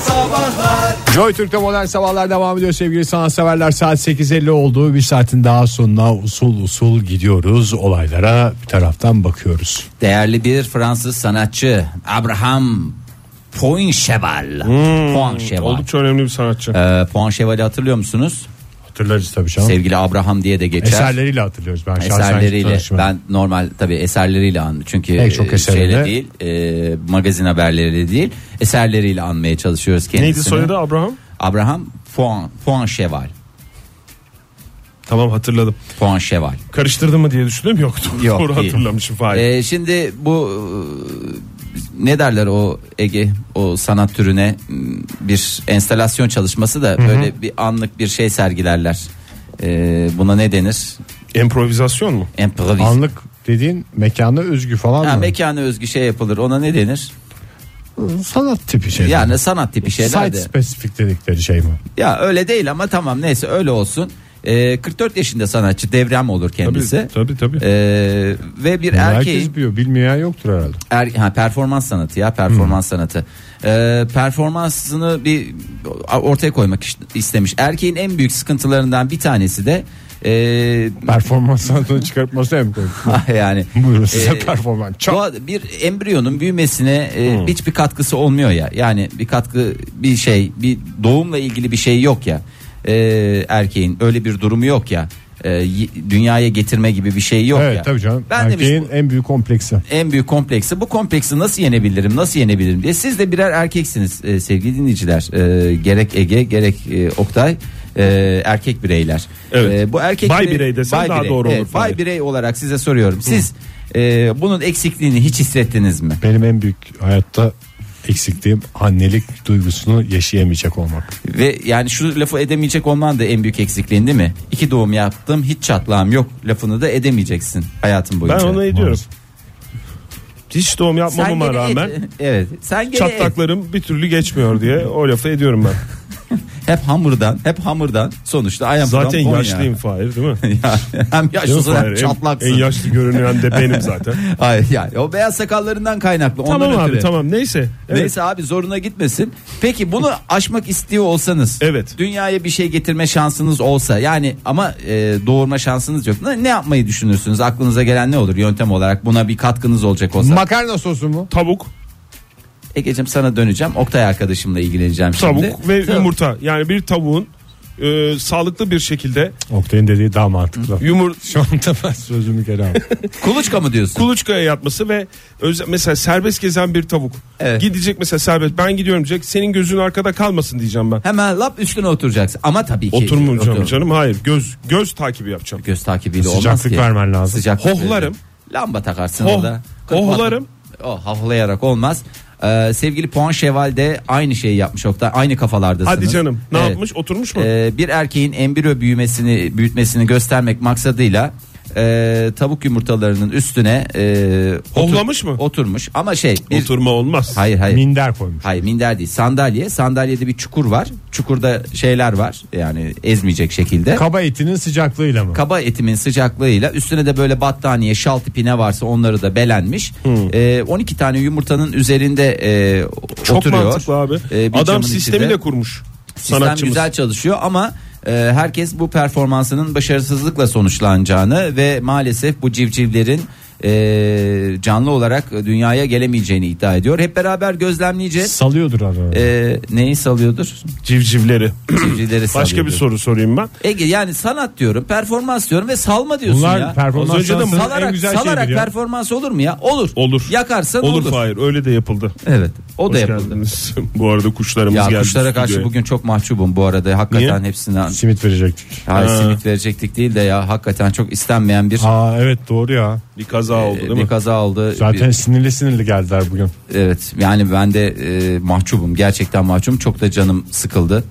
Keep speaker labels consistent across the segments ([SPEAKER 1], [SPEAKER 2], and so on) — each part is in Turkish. [SPEAKER 1] Sabahlar
[SPEAKER 2] Joy Türk'te modern sabahlar devam ediyor sevgili sanatseverler. Saat 8.50 oldu. Bir saatin daha sonuna usul usul gidiyoruz. Olaylara bir taraftan bakıyoruz.
[SPEAKER 3] Değerli bir Fransız sanatçı Abraham Poincheval. Poincheval.
[SPEAKER 4] Hmm, Oldukça önemli bir sanatçı.
[SPEAKER 3] Ee, Poincheval'i hatırlıyor musunuz?
[SPEAKER 2] Hatırlarız tabii canım.
[SPEAKER 3] Sevgili Abraham diye de geçer.
[SPEAKER 2] Eserleriyle hatırlıyoruz. Ben şahsen
[SPEAKER 3] eserleriyle
[SPEAKER 2] tanışmadım.
[SPEAKER 3] ben normal tabi eserleriyle an çünkü
[SPEAKER 2] Pek çok
[SPEAKER 3] e,
[SPEAKER 2] eserinde.
[SPEAKER 3] şeyle değil e, magazin haberleriyle değil eserleriyle anmaya çalışıyoruz kendisini.
[SPEAKER 4] Neydi soyadı Abraham?
[SPEAKER 3] Abraham Puan Puancheval.
[SPEAKER 4] Tamam hatırladım.
[SPEAKER 3] Puancheval.
[SPEAKER 4] Karıştırdım mı diye düşündüm. Yok, doğru,
[SPEAKER 3] Yok,
[SPEAKER 4] doğru
[SPEAKER 3] değil.
[SPEAKER 4] hatırlamışım Fahir.
[SPEAKER 3] Ee, şimdi bu e, ne derler o Ege o sanat türüne m, bir enstalasyon çalışması da böyle bir anlık bir şey sergilerler. Ee, buna ne denir?
[SPEAKER 4] Emprovizasyon mu?
[SPEAKER 3] Improvis.
[SPEAKER 2] Anlık dediğin mekana özgü falan
[SPEAKER 3] Ha,
[SPEAKER 2] mı?
[SPEAKER 3] mekana özgü şey yapılır. Ona ne denir?
[SPEAKER 2] Sanat tipi şey.
[SPEAKER 3] Yani sanat tipi şeyler
[SPEAKER 2] Site
[SPEAKER 3] de.
[SPEAKER 2] spesifik dedikleri şey mi?
[SPEAKER 3] Ya öyle değil ama tamam neyse öyle olsun. Ee, 44 yaşında sanatçı devrem olur
[SPEAKER 4] Tabii
[SPEAKER 3] kendisi.
[SPEAKER 4] tabii. tabii.
[SPEAKER 3] Ee, ve bir erkeğin
[SPEAKER 2] Herkes biliyor. Bilmeyen yoktur herhalde.
[SPEAKER 3] Er, ha, performans sanatı ya performans sanatı. Ee, performansını bir ortaya koymak iş- istemiş. Erkeğin en büyük sıkıntılarından bir tanesi de e, Ah,
[SPEAKER 2] Performans sanatını çıkartması hem koydu.
[SPEAKER 3] yani
[SPEAKER 2] Buyurun size
[SPEAKER 3] e,
[SPEAKER 2] performans. Çok
[SPEAKER 3] doğa- bir embriyonun büyümesine e, hiçbir katkısı olmuyor ya. Yani bir katkı bir şey bir doğumla ilgili bir şey yok ya. Ee, erkeğin öyle bir durumu yok ya. Ee, y- dünyaya getirme gibi bir şey yok
[SPEAKER 2] evet
[SPEAKER 3] ya.
[SPEAKER 2] tabii canım.
[SPEAKER 3] Ben şey- demiş
[SPEAKER 2] Erkeğin
[SPEAKER 3] bu-
[SPEAKER 2] en büyük kompleksi.
[SPEAKER 3] en büyük kompleksi bu kompleksi nasıl yenebilirim nasıl yenebilirim diye siz de birer erkeksiniz e, sevgili dinleyiciler E, gerek Ege gerek e, Oktay e, erkek bireyler
[SPEAKER 4] Evet.
[SPEAKER 3] E, bu erkek
[SPEAKER 4] Bay
[SPEAKER 3] birey-
[SPEAKER 4] birey desen daha doğru olur.
[SPEAKER 3] Evet, bay birey olarak size soruyorum siz e, bunun eksikliğini hiç hissettiniz mi
[SPEAKER 2] Benim en büyük hayatta eksikliğim annelik duygusunu yaşayamayacak olmak.
[SPEAKER 3] ve yani şu lafı edemeyecek olman da en büyük eksikliğin değil mi İki doğum yaptım hiç çatlağım yok lafını da edemeyeceksin hayatın
[SPEAKER 4] ben
[SPEAKER 3] boyunca
[SPEAKER 4] onu ediyorum.
[SPEAKER 2] Maalesef.
[SPEAKER 4] Hiç doğum
[SPEAKER 3] Sen
[SPEAKER 4] yapmamama
[SPEAKER 3] gene et-
[SPEAKER 4] rağmen
[SPEAKER 3] evet sen gene et.
[SPEAKER 4] çatlaklarım bir türlü geçmiyor diye o lafı ediyorum ben.
[SPEAKER 3] hep hamurdan hep hamurdan sonuçta ayam
[SPEAKER 4] Zaten yaşlıyım Fahir değil mi?
[SPEAKER 3] Ya, hem yaşlısın
[SPEAKER 4] Fahir,
[SPEAKER 3] hem
[SPEAKER 4] en-
[SPEAKER 3] çatlaksın.
[SPEAKER 4] En yaşlı görünen de benim zaten.
[SPEAKER 3] Hayır yani o beyaz sakallarından kaynaklı.
[SPEAKER 4] tamam
[SPEAKER 3] ondan
[SPEAKER 4] abi
[SPEAKER 3] ötürü.
[SPEAKER 4] tamam neyse. Evet.
[SPEAKER 3] Neyse abi zoruna gitmesin. Peki bunu aşmak istiyor olsanız.
[SPEAKER 4] Evet.
[SPEAKER 3] Dünyaya bir şey getirme şansınız olsa yani ama e, doğurma şansınız yok. Ne, ne yapmayı düşünürsünüz? Aklınıza gelen ne olur yöntem olarak buna bir katkınız olacak olsa.
[SPEAKER 2] Makarna sosu mu?
[SPEAKER 4] Tavuk,
[SPEAKER 3] Egeciğim sana döneceğim. Oktay arkadaşımla ilgileneceğim
[SPEAKER 4] tavuk
[SPEAKER 3] şimdi.
[SPEAKER 4] ve
[SPEAKER 3] Tamam.
[SPEAKER 4] yumurta. Yani bir tavuğun e, sağlıklı bir şekilde
[SPEAKER 2] Oktay'ın dediği daha mantıklı.
[SPEAKER 4] yumur
[SPEAKER 2] Şu anda ben sözümü geri aldım.
[SPEAKER 3] Kuluçka mı diyorsun?
[SPEAKER 4] kuluçkaya yatması ve özel, mesela serbest gezen bir tavuk.
[SPEAKER 3] Evet.
[SPEAKER 4] Gidecek mesela serbest ben gidiyorum diyecek. Senin gözün arkada kalmasın diyeceğim ben.
[SPEAKER 3] Hemen lap üstüne oturacaksın. Ama tabii ki.
[SPEAKER 4] Oturmayacağım
[SPEAKER 3] Otur-
[SPEAKER 4] canım. Hayır. Göz göz takibi yapacağım.
[SPEAKER 3] göz takibiyle
[SPEAKER 2] Sıcaklık
[SPEAKER 3] olmaz ki.
[SPEAKER 2] vermen lazım.
[SPEAKER 3] Sıcaklık
[SPEAKER 4] Hohlarım.
[SPEAKER 3] verir. Lamba takarsın
[SPEAKER 4] Hoh-
[SPEAKER 3] orada.
[SPEAKER 4] hohlarım.
[SPEAKER 3] O Oh, hohlayarak olmaz. Ee, sevgili Puan Şeval de aynı şeyi yapmış Oktay. Aynı kafalardasınız.
[SPEAKER 4] Hadi canım. Ne
[SPEAKER 3] Evet.
[SPEAKER 4] yapmış? Oturmuş mu?
[SPEAKER 3] Ee, bir erkeğin embriyo büyümesini büyütmesini göstermek maksadıyla e, tavuk yumurtalarının üstüne e,
[SPEAKER 4] Hohlamış mı?
[SPEAKER 3] Oturmuş ama şey bir,
[SPEAKER 4] Oturma olmaz.
[SPEAKER 3] hayır hayır
[SPEAKER 2] Minder koymuş.
[SPEAKER 3] Hayır minder değil sandalye sandalyede bir çukur var çukurda şeyler var E, yani ezmeyecek şekilde
[SPEAKER 2] Kaba etinin sıcaklığıyla mı?
[SPEAKER 3] kaba etimin sıcaklığıyla üstüne de böyle battaniye şal tipi ne varsa onları da belenmiş.
[SPEAKER 2] Hmm.
[SPEAKER 3] Ee, 12 tane yumurtanın üzerinde e,
[SPEAKER 4] Çok
[SPEAKER 3] oturuyor.
[SPEAKER 4] mantıklı abi.
[SPEAKER 3] Ee, bir
[SPEAKER 4] Adam
[SPEAKER 3] camın
[SPEAKER 4] sistemi
[SPEAKER 3] içinde.
[SPEAKER 4] de kurmuş.
[SPEAKER 3] Sistem
[SPEAKER 4] Sanatçımız.
[SPEAKER 3] güzel çalışıyor ama e, herkes bu performansının başarısızlıkla sonuçlanacağını ve maalesef bu civcivlerin e, canlı olarak dünyaya gelemeyeceğini iddia ediyor. Hep beraber gözlemleyeceğiz.
[SPEAKER 2] Salıyordur arada.
[SPEAKER 3] E, neyi salıyordur?
[SPEAKER 4] Civcivleri.
[SPEAKER 3] Civcivleri
[SPEAKER 4] Başka
[SPEAKER 3] salıyordur.
[SPEAKER 4] bir soru sorayım ben.
[SPEAKER 3] Ege yani sanat diyorum, performans diyorum ve salma diyorsun
[SPEAKER 2] Bunlar
[SPEAKER 3] ya.
[SPEAKER 2] performans
[SPEAKER 4] Az önce de
[SPEAKER 2] sanatının
[SPEAKER 3] salarak,
[SPEAKER 2] en güzel
[SPEAKER 3] salarak
[SPEAKER 2] şeyidir ya.
[SPEAKER 3] performans olur mu ya? Olur.
[SPEAKER 4] Olur.
[SPEAKER 3] Yakarsan olur.
[SPEAKER 4] Olur, Fahir öyle de yapıldı.
[SPEAKER 3] Evet. O
[SPEAKER 4] Hoş
[SPEAKER 3] da yapıldı.
[SPEAKER 4] geldiniz. Bu arada kuşlarımız
[SPEAKER 3] Ya
[SPEAKER 4] geldi.
[SPEAKER 3] kuşlara karşı
[SPEAKER 4] stüdyoya.
[SPEAKER 3] bugün çok mahcubum bu arada. Hakikaten
[SPEAKER 4] Niye?
[SPEAKER 3] hepsinden
[SPEAKER 2] Simit verecektik.
[SPEAKER 3] Hayır,
[SPEAKER 4] Ha.
[SPEAKER 3] simit verecektik değil de ya hakikaten çok istenmeyen bir
[SPEAKER 2] Aa evet doğru ya.
[SPEAKER 4] bir kaza oldu
[SPEAKER 3] e,
[SPEAKER 4] değil
[SPEAKER 3] bir
[SPEAKER 4] mi?
[SPEAKER 3] kaza oldu.
[SPEAKER 2] Zaten sinirli sinirli geldiler bugün.
[SPEAKER 3] Bir- evet. Yani ben de e, mahcubum. Gerçekten mahcubum. Çok da canım sıkıldı.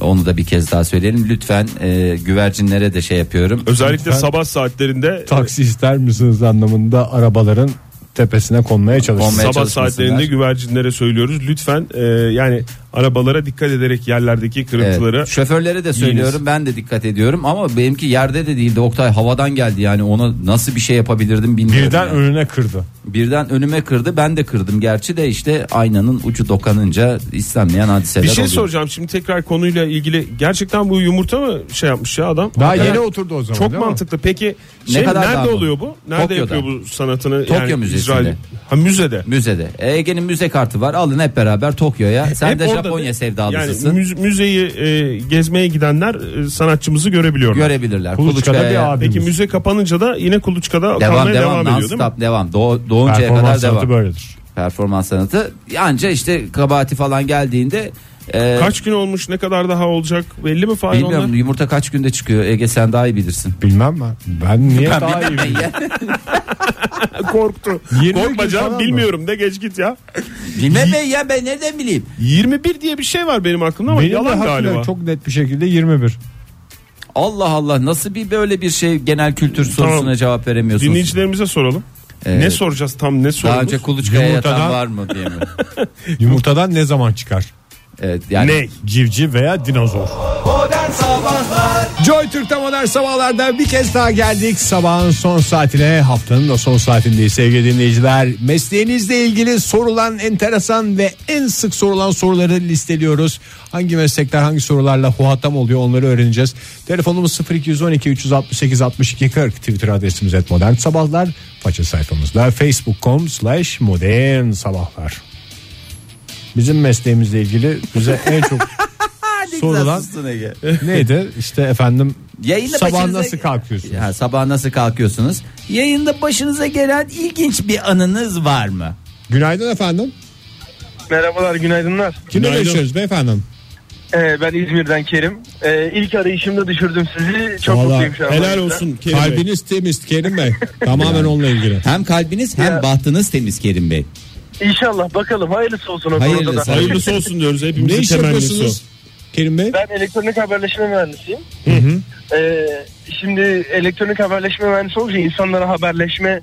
[SPEAKER 3] Onu da bir kez daha söyleyelim. Lütfen e, güvercinlere de şey yapıyorum.
[SPEAKER 4] Özellikle sabah saatlerinde
[SPEAKER 2] Taksi ister misiniz anlamında arabaların tepesine konmaya çalışsın.
[SPEAKER 3] Konmaya-
[SPEAKER 4] Sabah
[SPEAKER 3] çalışmasınlar.
[SPEAKER 4] saatlerinde güvercinlere söylüyoruz. Lütfen e, yani arabalara dikkat ederek yerlerdeki
[SPEAKER 3] Evet.
[SPEAKER 4] kırıntılara
[SPEAKER 3] Şoförlere de
[SPEAKER 4] yiyiniz.
[SPEAKER 3] söylüyorum ben de dikkat ediyorum ama benimki yerde de değildi Oktay havadan geldi yani ona nasıl bir şey yapabilirdim bilmiyorum.
[SPEAKER 2] Birden
[SPEAKER 3] yani.
[SPEAKER 2] önüne kırdı.
[SPEAKER 3] Birden önüme kırdı ben de kırdım gerçi de işte aynanın ucu dokanınca istenmeyen hadiseler
[SPEAKER 4] Bir şey
[SPEAKER 3] oluyor.
[SPEAKER 4] soracağım şimdi tekrar konuyla ilgili. Gerçekten bu yumurta mı şey yapmış ya adam?
[SPEAKER 2] Daha
[SPEAKER 4] Hakikaten
[SPEAKER 2] yeni oturdu o zaman.
[SPEAKER 4] Çok
[SPEAKER 2] değil mi?
[SPEAKER 4] mantıklı. Peki şey
[SPEAKER 3] kadar daha
[SPEAKER 4] nerede
[SPEAKER 3] mı?
[SPEAKER 4] oluyor bu? Nerede
[SPEAKER 3] Tokyo'da.
[SPEAKER 4] yapıyor bu sanatını?
[SPEAKER 3] Tokyo Müzesi'nde.
[SPEAKER 4] İsrail- Ha müzede.
[SPEAKER 3] Müzede. Ege'nin müze kartı var. Alın hep beraber Tokyo'ya. Sen
[SPEAKER 4] Hep
[SPEAKER 3] de
[SPEAKER 4] orada
[SPEAKER 3] Japonya
[SPEAKER 4] da-
[SPEAKER 3] sevdalısısın.
[SPEAKER 4] Yani müz- müzeyi e, gezmeye gidenler e, sanatçımızı görebiliyorlar.
[SPEAKER 3] Görebilirler.
[SPEAKER 2] Kuluçka'da
[SPEAKER 3] Kuluçka'ya.
[SPEAKER 2] bir abimiz.
[SPEAKER 4] Peki müze kapanınca da yine Kuluçka'da
[SPEAKER 3] Devam
[SPEAKER 4] kalmaya
[SPEAKER 3] devam
[SPEAKER 4] devam,
[SPEAKER 3] non
[SPEAKER 4] ediyor değil mi?
[SPEAKER 3] stop devam. Doğ, doğuncaya kadar
[SPEAKER 2] Performans
[SPEAKER 3] devam.
[SPEAKER 2] sanatı böyledir.
[SPEAKER 3] Performans sanatı. Anca işte kabahati falan geldiğinde e,
[SPEAKER 4] Kaç gün olmuş ne kadar daha olacak belli mi Fahir
[SPEAKER 3] bilmiyorum
[SPEAKER 4] onlar?
[SPEAKER 3] yumurta kaç günde çıkıyor. Ege sen daha iyi bilirsin.
[SPEAKER 2] Bilmem ben. Ben niye
[SPEAKER 3] Ben
[SPEAKER 2] daha iyi
[SPEAKER 3] bilmem
[SPEAKER 2] biliyorum?
[SPEAKER 3] ya.
[SPEAKER 4] Korktu.
[SPEAKER 2] Yirmi
[SPEAKER 4] Korkma
[SPEAKER 2] gün falan
[SPEAKER 4] canım
[SPEAKER 2] mı?
[SPEAKER 4] bilmiyorum de geç git ya.
[SPEAKER 3] Bilmem ben ya ben nereden bileyim.
[SPEAKER 4] 21 diye bir şey var benim aklımda ama
[SPEAKER 2] Benim de
[SPEAKER 4] yalan
[SPEAKER 2] hatırlıyorum
[SPEAKER 4] galiba.
[SPEAKER 2] çok net bir şekilde 21.
[SPEAKER 3] Allah Allah nasıl bir böyle bir şey genel kültür
[SPEAKER 4] Tamam.
[SPEAKER 3] sorusuna cevap veremiyorsunuz.
[SPEAKER 4] Dinleyicilerimize soralım.
[SPEAKER 3] Evet.
[SPEAKER 4] Ne soracağız tam ne
[SPEAKER 3] Daha
[SPEAKER 4] sorumuz?
[SPEAKER 3] önce kuluçkaya yatan
[SPEAKER 2] Yumurtadan-
[SPEAKER 3] var mı diye mi?
[SPEAKER 2] Yumurtadan ne zaman çıkar?
[SPEAKER 3] Evet, yani
[SPEAKER 4] Ne?
[SPEAKER 2] Civciv veya dinozor. Joy Türk'te modern sabahlarda bir kez daha geldik. Sabahın son saatine haftanın da son saatindeyiz sevgili dinleyiciler. Mesleğinizle ilgili sorulan enteresan ve en sık sorulan soruları listeliyoruz. Hangi meslekler hangi sorularla muhatap oluyor onları öğreneceğiz. Telefonumuz 0212 368 62 40 Twitter adresimiz et modern sabahlar. Faça sayfamızda facebook.com slash modern sabahlar. Bizim mesleğimizle ilgili bize en çok sorulan Neydi işte efendim
[SPEAKER 3] Yayında
[SPEAKER 2] sabah
[SPEAKER 3] başınıza-
[SPEAKER 2] nasıl kalkıyorsunuz?
[SPEAKER 3] Ya sabah nasıl kalkıyorsunuz? Yayında başınıza gelen ilginç bir anınız var mı?
[SPEAKER 2] Günaydın efendim.
[SPEAKER 1] Merhabalar, günaydınlar.
[SPEAKER 2] Kimle
[SPEAKER 4] Günaydın.
[SPEAKER 2] görüşüyoruz beyefendi?
[SPEAKER 1] Ee, ben İzmir'den Kerim. Ee, ilk arayışımda düşürdüm sizi. Çok
[SPEAKER 2] Vallahi
[SPEAKER 1] mutluyum şu an.
[SPEAKER 4] Helal olsun Kerim Bey.
[SPEAKER 2] Kalbiniz temiz Kerim Bey. Tamamen onunla ilgili.
[SPEAKER 3] Hem kalbiniz hem
[SPEAKER 1] Ya.
[SPEAKER 3] bahtınız temiz Kerim Bey.
[SPEAKER 1] İnşallah bakalım hayırlısı olsun o
[SPEAKER 3] Hayırlısı.
[SPEAKER 1] konuda da.
[SPEAKER 4] Hayırlısı olsun diyoruz
[SPEAKER 2] Ne
[SPEAKER 4] hepimizin
[SPEAKER 2] iş
[SPEAKER 4] temennisi o.
[SPEAKER 2] yapıyorsunuz? Kerim Bey.
[SPEAKER 1] Ben elektronik haberleşme mühendisiyim. Ee, şimdi elektronik haberleşme mühendisi olunca insanlara haberleşme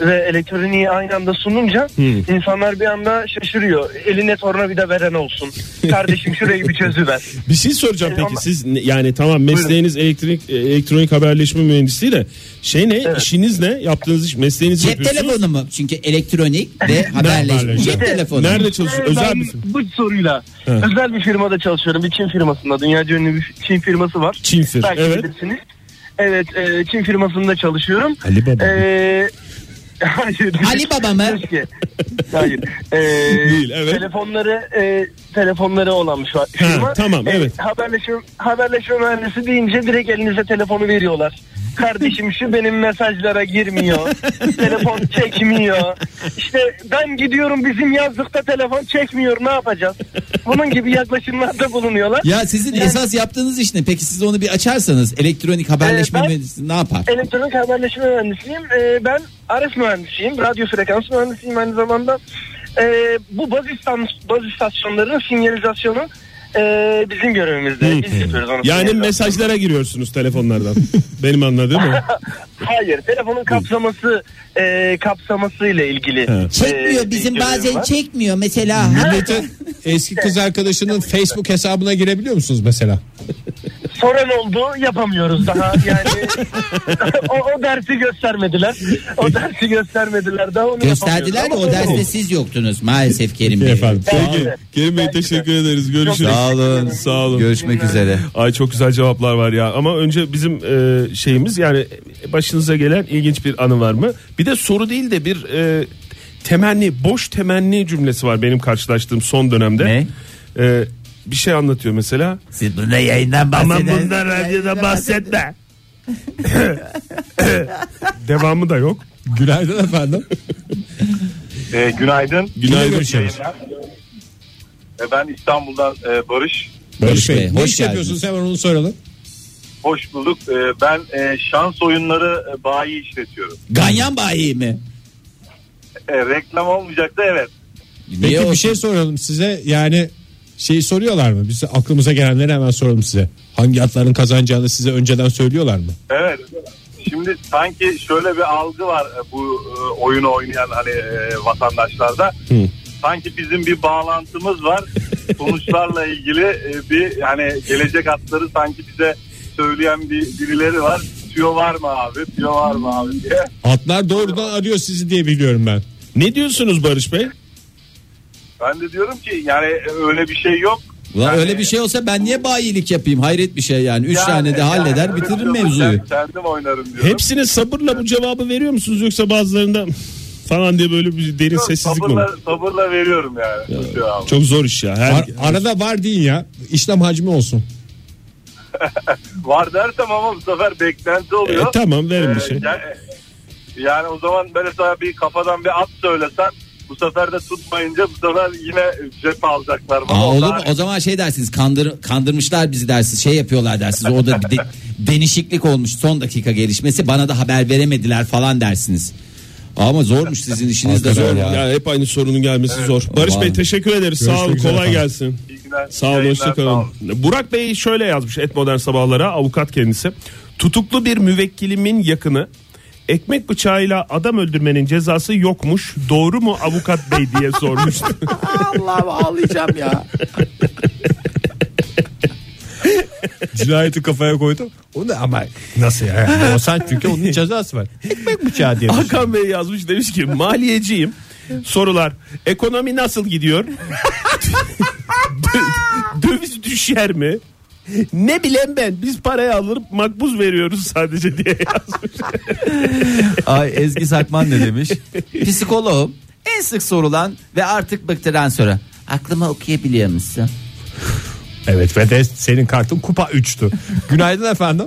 [SPEAKER 1] ve elektroniği aynı anda sununca insanlar bir anda şaşırıyor. Eline tornavida veren olsun. Kardeşim şurayı bir çözüver.
[SPEAKER 4] Bir şey soracağım peki
[SPEAKER 1] Ama-
[SPEAKER 4] siz ne- yani tamam mesleğiniz elektrik e, elektronik haberleşme mühendisliği de şey ne işiniz ne yaptığınız iş mesleğinizi
[SPEAKER 5] Cep
[SPEAKER 4] yapıyorsunuz.
[SPEAKER 5] telefonu mu? Çünkü elektronik ve haberleşme.
[SPEAKER 4] haberleşme?
[SPEAKER 5] Cep telefonu.
[SPEAKER 4] Nerede çalışıyorsunuz?
[SPEAKER 1] Ee,
[SPEAKER 4] Özel
[SPEAKER 1] ben
[SPEAKER 4] misin?
[SPEAKER 1] Bu soruyla özel bir firmada çalışıyorum. Bir Çin firmasında. Dünya ünlü bir Çin firması var.
[SPEAKER 4] Çin fir-
[SPEAKER 1] Belki
[SPEAKER 4] evet.
[SPEAKER 1] bilirsiniz. Evet, e, Çin firmasında çalışıyorum.
[SPEAKER 2] Ali Baba.
[SPEAKER 1] Ee, hayır.
[SPEAKER 5] Ali Baba mı?
[SPEAKER 1] Keşke. Hayır. Ee,
[SPEAKER 4] Değil, evet.
[SPEAKER 1] Telefonları e, telefonları olan bir fa- firma.
[SPEAKER 4] Ha, tamam,
[SPEAKER 1] Ee,
[SPEAKER 4] evet.
[SPEAKER 1] haberleşme haberleşme mühendisi deyince direkt elinize telefonu veriyorlar. Kardeşim şu benim mesajlara girmiyor. telefon çekmiyor. İşte ben gidiyorum bizim yazlıkta telefon çekmiyor ne yapacağız? Bunun gibi yaklaşımlarda bulunuyorlar.
[SPEAKER 5] Ya sizin esas yaptığınız iş ne? Peki siz onu bir açarsanız elektronik haberleşme
[SPEAKER 1] Ee, ben-
[SPEAKER 5] mühendisi ne yapar?
[SPEAKER 1] Elektronik haberleşme mühendisiyim. Ee, ben RF mühendisiyim. Radyo frekans mühendisiyim aynı zamanda. Ee, bu baz, istan- baz istasyonlarının sinyalizasyonu ee, bizim görevimizde. Biz yapıyoruz onu.
[SPEAKER 4] Yani
[SPEAKER 1] Sinyalizasyon.
[SPEAKER 4] mesajlara giriyorsunuz telefonlardan. Benim anladığım o.
[SPEAKER 1] Hayır, telefonun kapsaması ee, kapsaması ile ilgili.
[SPEAKER 5] Çekmiyor
[SPEAKER 1] ee,
[SPEAKER 5] bizim
[SPEAKER 1] bir
[SPEAKER 5] bazen
[SPEAKER 1] görevim var.
[SPEAKER 5] çekmiyor mesela.
[SPEAKER 2] Milletin eski kız arkadaşının Facebook hesabına girebiliyor musunuz mesela?
[SPEAKER 1] Soran oldu, yapamıyoruz daha. Yani o, o dersi göstermediler. O dersi göstermediler daha. Onu
[SPEAKER 5] Gösterdiler de
[SPEAKER 1] yapamıyoruz.
[SPEAKER 5] o
[SPEAKER 1] Ama
[SPEAKER 5] derste siz yoktunuz maalesef Kerim Bey.
[SPEAKER 4] Efendim.
[SPEAKER 1] Tamam.
[SPEAKER 4] Peki. Kerim Bey teşekkür ederiz. Görüşürüz.
[SPEAKER 3] Sağ olun.
[SPEAKER 4] Sağ olun.
[SPEAKER 3] Görüşmek üzere.
[SPEAKER 4] Ay çok güzel cevaplar var ya. Ama önce bizim e, şeyimiz yani başınıza gelen ilginç bir anı var mı? Bir de soru değil de bir e, temenni, boş temenni cümlesi var benim karşılaştığım son dönemde.
[SPEAKER 3] Ne?
[SPEAKER 4] E, bir şey anlatıyor mesela.
[SPEAKER 3] Siz bunda yayından bahseder.
[SPEAKER 4] radyoda bahsetme. Devamı da yok.
[SPEAKER 2] Günaydın efendim.
[SPEAKER 6] Ee, günaydın.
[SPEAKER 4] Günaydın.
[SPEAKER 6] Ee, Ben İstanbul'dan e, Barış.
[SPEAKER 5] Barış Bey,
[SPEAKER 2] ne
[SPEAKER 5] hoş
[SPEAKER 2] iş yapıyorsunuz
[SPEAKER 5] geldiniz.
[SPEAKER 2] hemen onu soralım.
[SPEAKER 6] Hoş bulduk. Ee, Ben e, şans oyunları e, bayi işletiyorum.
[SPEAKER 5] Ganyan bayi mi?
[SPEAKER 6] E, Reklam olmayacak da evet.
[SPEAKER 5] Niye
[SPEAKER 2] Peki
[SPEAKER 5] o-
[SPEAKER 2] bir şey soralım size yani şeyi soruyorlar mı? Biz aklımıza gelenleri hemen soralım size. Hangi atların kazanacağını size önceden söylüyorlar mı?
[SPEAKER 6] Evet. Şimdi Şimdi sanki şöyle bir algı var e, bu e, oyunu oynayan hani e, vatandaşlarda. Sanki bizim bir bağlantımız var. Sonuçlarla ilgili e, bir hani gelecek hatları sanki bize söyleyen bir birileri var. Tüyo var mı abi? Tüyo var mı abi diye.
[SPEAKER 7] Atlar doğrudan arıyor sizi diye biliyorum ben.
[SPEAKER 4] Ne diyorsunuz Barış Bey?
[SPEAKER 6] Ben de diyorum ki yani öyle bir şey yok.
[SPEAKER 5] Ulan
[SPEAKER 6] Yani-
[SPEAKER 5] öyle bir şey olsa ben niye bayilik yapayım? Hayret bir şey yani. Üç
[SPEAKER 6] Yani-
[SPEAKER 5] tane de halleder
[SPEAKER 6] yani
[SPEAKER 5] bitiririm
[SPEAKER 6] öyle bir şey
[SPEAKER 5] mevzuyu.
[SPEAKER 6] olsa ben Kendim oynarım diyorum.
[SPEAKER 4] Hepsine sabırla bu cevabı veriyor musunuz yoksa bazılarında falan diye böyle bir derin
[SPEAKER 6] Yok,
[SPEAKER 4] sessizlik mi?
[SPEAKER 6] sabırla,
[SPEAKER 4] var?
[SPEAKER 6] sabırla veriyorum yani. bu tüyo abi.
[SPEAKER 4] Çok zor iş ya. Her,
[SPEAKER 7] Ar- arada var deyin ya. İşlem hacmi olsun.
[SPEAKER 6] Var dersem ama bu sefer beklenti
[SPEAKER 4] E,
[SPEAKER 6] oluyor.
[SPEAKER 4] tamam verin bir
[SPEAKER 6] Ee,
[SPEAKER 4] şey.
[SPEAKER 6] Yani, yani o zaman böyle sana bir kafadan bir at söylesen bu sefer de tutmayınca bu sefer yine cep alacaklar. bana.
[SPEAKER 5] Aa,
[SPEAKER 6] O
[SPEAKER 5] olur mu?
[SPEAKER 6] tarih-
[SPEAKER 5] O zaman şey dersiniz kandır, kandırmışlar bizi dersiniz şey yapıyorlar dersiniz orada bir de, denişiklik olmuş son dakika gelişmesi bana da haber veremediler falan dersiniz. Ama zormuş sizin işiniz de zor ya.
[SPEAKER 4] Ya hep aynı sorunun gelmesi zor. Barış
[SPEAKER 5] Vallahi.
[SPEAKER 4] Bey teşekkür ederiz. Sağ olun.
[SPEAKER 7] Görüşmek üzere
[SPEAKER 4] Kolay
[SPEAKER 7] efendim.
[SPEAKER 4] gelsin.
[SPEAKER 6] İyi günler, iyi
[SPEAKER 4] Sağ olun.
[SPEAKER 6] yayınlar,
[SPEAKER 4] hoşça
[SPEAKER 6] sağ
[SPEAKER 4] kalın.
[SPEAKER 6] olun.
[SPEAKER 4] Burak Bey şöyle yazmış et modern sabahlara avukat kendisi. Tutuklu bir müvekkilimin yakını ekmek bıçağıyla adam öldürmenin cezası yokmuş. Doğru mu avukat bey diye sormuştu.
[SPEAKER 2] Cinayeti kafaya koydum. O da ama nasıl ya? Yani? O sen çünkü onun cezası var. Ekmek bıçağı diye. düşün.
[SPEAKER 4] Hakan Bey yazmış demiş ki maliyeciyim. Sorular ekonomi nasıl gidiyor? Dö- döviz düşer mi? Ne bilen ben biz parayı alıp makbuz veriyoruz sadece diye yazmış.
[SPEAKER 3] Ay Ezgi Sakman ne demiş? Psikoloğum en sık sorulan ve artık bıktıran soru. Aklıma okuyabiliyor musun?
[SPEAKER 2] Evet ve de senin kartın kupa 3'tü. Günaydın efendim.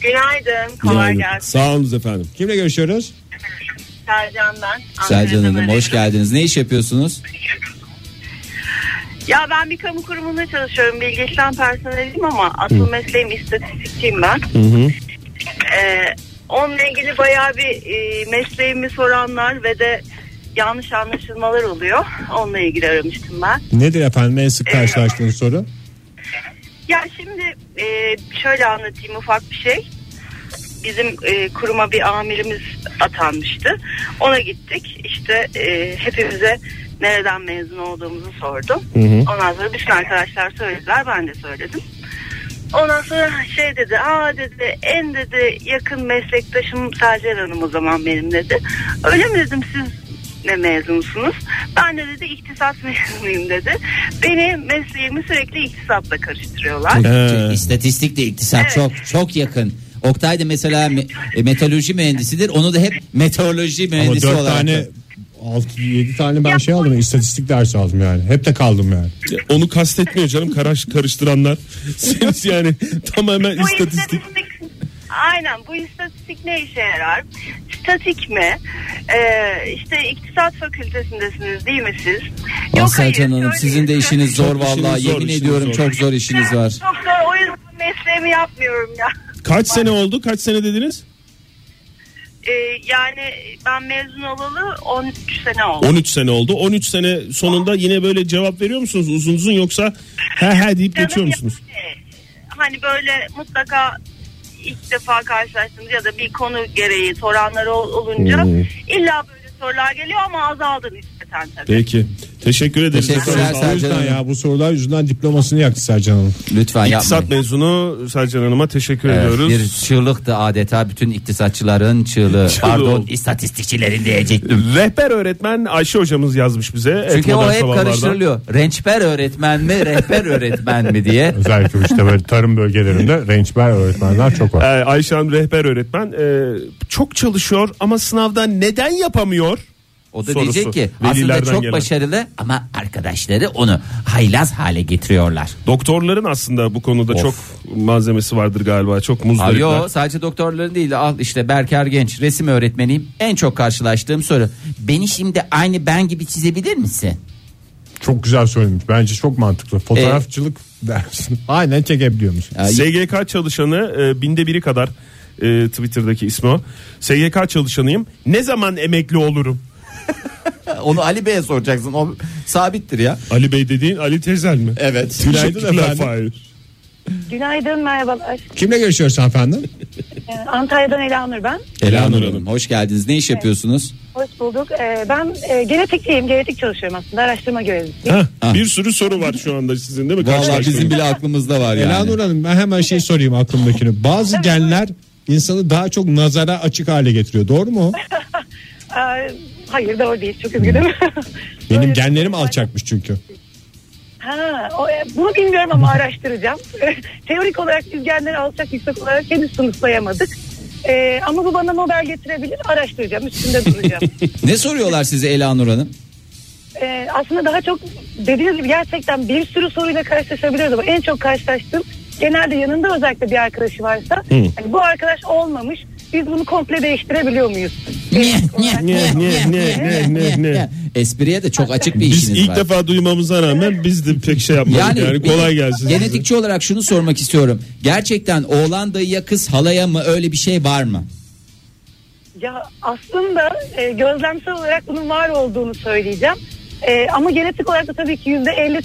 [SPEAKER 8] Günaydın. Kolay gelsin.
[SPEAKER 4] Sağ olun efendim.
[SPEAKER 7] Kimle görüşüyoruz?
[SPEAKER 8] Sercan ben.
[SPEAKER 5] Selcan
[SPEAKER 8] Ankara'dan
[SPEAKER 5] Hanım hoş
[SPEAKER 8] arıyorum.
[SPEAKER 5] geldiniz. Ne iş yapıyorsunuz?
[SPEAKER 8] Ya ben bir kamu kurumunda çalışıyorum. Bilgi işlem personeliyim ama asıl mesleğim istatistikçiyim ben. Ee, onunla ilgili bayağı bir e, mesleğimi soranlar ve de yanlış anlaşılmalar oluyor. Onunla ilgili aramıştım ben.
[SPEAKER 7] Nedir efendim en sık karşılaştığınız soru?
[SPEAKER 8] Ya şimdi e, şöyle anlatayım ufak bir şey. Bizim e, kuruma bir amirimiz atanmıştı. Ona gittik. İşte e, hepimize nereden mezun olduğumuzu sordum. Ondan sonra bütün arkadaşlar söylediler. Ben de söyledim. Ondan sonra şey dedi. Aa dedi en dedi yakın meslektaşım Selcer Hanım o zaman benim dedi. Öyle mi dedim siz ne mezunsunuz? Ben de dedi iktisat mezunuyum dedi. Beni mesleğimi sürekli iktisatla karıştırıyorlar.
[SPEAKER 4] Ee.
[SPEAKER 5] İstatistik de iktisat
[SPEAKER 8] Evet.
[SPEAKER 5] çok çok yakın. Oktay da mesela me- e, meteoroloji mühendisidir. Onu da hep meteoroloji
[SPEAKER 7] Ama
[SPEAKER 5] mühendisi
[SPEAKER 7] dört
[SPEAKER 5] olarak.
[SPEAKER 7] tane
[SPEAKER 5] da-
[SPEAKER 7] 6-7 tane ben
[SPEAKER 8] Ya
[SPEAKER 7] şey
[SPEAKER 8] bu-
[SPEAKER 7] aldım istatistik dersi aldım yani. Hep de kaldım yani.
[SPEAKER 4] Onu kastetmiyor canım karaş, karıştıranlar. Siz yani tamamen
[SPEAKER 8] bu
[SPEAKER 4] istatistik.
[SPEAKER 8] Aynen bu istatistik ne işe yarar? Statik mi? Ee, işte iktisat fakültesindesiniz değil mi siz?
[SPEAKER 5] Ah,
[SPEAKER 8] Yok, hayır,
[SPEAKER 5] Selcan Hanım
[SPEAKER 8] şöyle-
[SPEAKER 5] sizin de işiniz zor
[SPEAKER 4] Çok işiniz
[SPEAKER 5] vallahi
[SPEAKER 4] zor,
[SPEAKER 5] yemin
[SPEAKER 4] işiniz
[SPEAKER 5] ediyorum
[SPEAKER 4] zor.
[SPEAKER 5] çok zor işiniz var.
[SPEAKER 8] Çok da o yüzden mesleğimi yapmıyorum ya.
[SPEAKER 4] Kaç sene oldu kaç sene dediniz?
[SPEAKER 8] Ee, yani ben mezun olalı 13 sene oldu.
[SPEAKER 4] 13 sene oldu. 13 sene sonunda yine böyle cevap veriyor musunuz uzun uzun yoksa he he deyip geçiyor
[SPEAKER 8] Canım
[SPEAKER 4] musunuz?
[SPEAKER 8] yani, hani böyle mutlaka ilk defa karşılaştığımız ya da bir konu gereği soranlar ol- olunca illa böyle sorular geliyor ama azaldı nispeten tabii.
[SPEAKER 4] Peki. Teşekkür ederiz.
[SPEAKER 5] Teşekkürler
[SPEAKER 7] O
[SPEAKER 5] Selcan
[SPEAKER 7] yüzden
[SPEAKER 5] Hanım.
[SPEAKER 7] ya bu sorular yüzünden diplomasını yaktı Sercan Hanım.
[SPEAKER 5] Lütfen
[SPEAKER 4] İktisat
[SPEAKER 5] yapmayın.
[SPEAKER 4] mezunu Selcan Hanım'a teşekkür
[SPEAKER 3] Evet,
[SPEAKER 4] ediyoruz.
[SPEAKER 3] bir çığlıktı adeta bütün iktisatçıların çığlığı.
[SPEAKER 4] Çığlığı
[SPEAKER 3] Pardon
[SPEAKER 4] oldu.
[SPEAKER 3] istatistikçilerin diyecektim.
[SPEAKER 4] Rehber öğretmen Ayşe hocamız yazmış bize.
[SPEAKER 3] Çünkü
[SPEAKER 4] Et Modern
[SPEAKER 3] o hep
[SPEAKER 4] Sabahlar'dan.
[SPEAKER 3] karıştırılıyor. Rençper öğretmen mi, rehber öğretmen mi diye.
[SPEAKER 7] Özellikle işte böyle tarım bölgelerinde rençber öğretmenler çok
[SPEAKER 4] Ee,
[SPEAKER 7] var.
[SPEAKER 4] Ayşe Hanım rehber öğretmen e, çok çalışıyor ama sınavda neden yapamıyor?
[SPEAKER 3] O da
[SPEAKER 4] Sorusu.
[SPEAKER 3] diyecek ki aslında
[SPEAKER 4] Velilerden
[SPEAKER 3] çok
[SPEAKER 4] gelen.
[SPEAKER 3] başarılı ama arkadaşları onu haylaz hale getiriyorlar.
[SPEAKER 4] Doktorların aslında bu konuda çok malzemesi vardır galiba. Çok
[SPEAKER 3] Abi
[SPEAKER 4] muzdaripler.
[SPEAKER 3] yo sadece doktorların değil al işte Berker Genç resim öğretmeniyim en çok karşılaştığım soru beni şimdi aynı ben gibi çizebilir misin?
[SPEAKER 7] Çok güzel söylemiş. Bence çok mantıklı. Fotoğrafçılık
[SPEAKER 5] Ee,
[SPEAKER 7] dersini aynen çekebiliyormuş.
[SPEAKER 4] SGK çalışanı e, binde biri kadar e, Twitter'daki ismi o. SGK çalışanıyım. Ne zaman emekli olurum?
[SPEAKER 3] Onu Ali Bey'e soracaksın o sabittir ya.
[SPEAKER 4] Ali Bey dediğin Ali Tezel mi?
[SPEAKER 5] Evet.
[SPEAKER 7] Günaydın
[SPEAKER 4] Teşekkürler
[SPEAKER 7] efendim.
[SPEAKER 4] Fahir.
[SPEAKER 8] Günaydın merhabalar.
[SPEAKER 7] Kimle görüşüyoruz efendim?
[SPEAKER 9] Ee, Antalya'dan Elanur ben.
[SPEAKER 5] Elanur Hanım hoş geldiniz. Ne iş yapıyorsunuz?
[SPEAKER 9] Hoş bulduk. Ee, ben e, genetikliyim. Genetik çalışıyorum aslında. Araştırma görevlisiyim.
[SPEAKER 4] Heh, bir sürü soru var şu anda sizin değil mi?
[SPEAKER 5] Vallahi
[SPEAKER 4] Karşılaştığınız.
[SPEAKER 5] bizim bile aklımızda var yani.
[SPEAKER 7] Elanur Hanım ben hemen şey sorayım aklımdakini. Bazı genler insanı daha çok nazara açık hale getiriyor. Doğru mu?
[SPEAKER 9] Ee, hayır doğru değil. Çok üzgünüm.
[SPEAKER 7] Benim
[SPEAKER 9] Böyle-
[SPEAKER 7] genlerim alçakmış çünkü.
[SPEAKER 9] Ha, o, e, bunu bilmiyorum ama araştıracağım. Teorik olarak biz genleri alçak yüksek olarak henüz sınıflayamadık. Ee, ama bu bana Nobel getirebilir. Araştıracağım. Üstünde duracağım.
[SPEAKER 5] Ne soruyorlar size Elanur Hanım?
[SPEAKER 9] Ee, aslında daha çok dediğiniz gibi gerçekten bir sürü soruyla karşılaşabiliyoruz ama en çok karşılaştığım genelde yanında özellikle bir arkadaşı varsa hani bu arkadaş olmamış biz bunu komple değiştirebiliyor muyuz? Genetik olarak.
[SPEAKER 4] Ne ne ne ne ne ne.
[SPEAKER 5] Espriye de çok açık bir
[SPEAKER 4] Biz
[SPEAKER 5] işiniz
[SPEAKER 4] ilk
[SPEAKER 5] var.
[SPEAKER 4] defa duymamıza rağmen biz de pek şey yapmadık yani,
[SPEAKER 5] bir-
[SPEAKER 4] kolay gelsin. size.
[SPEAKER 5] Genetikçi olarak şunu sormak istiyorum. Gerçekten oğlan dayıya kız halaya mı öyle bir şey var mı?
[SPEAKER 9] Ya aslında e, gözlemsel olarak bunun var olduğunu söyleyeceğim. E, ama genetik olarak da tabii ki yüzde elli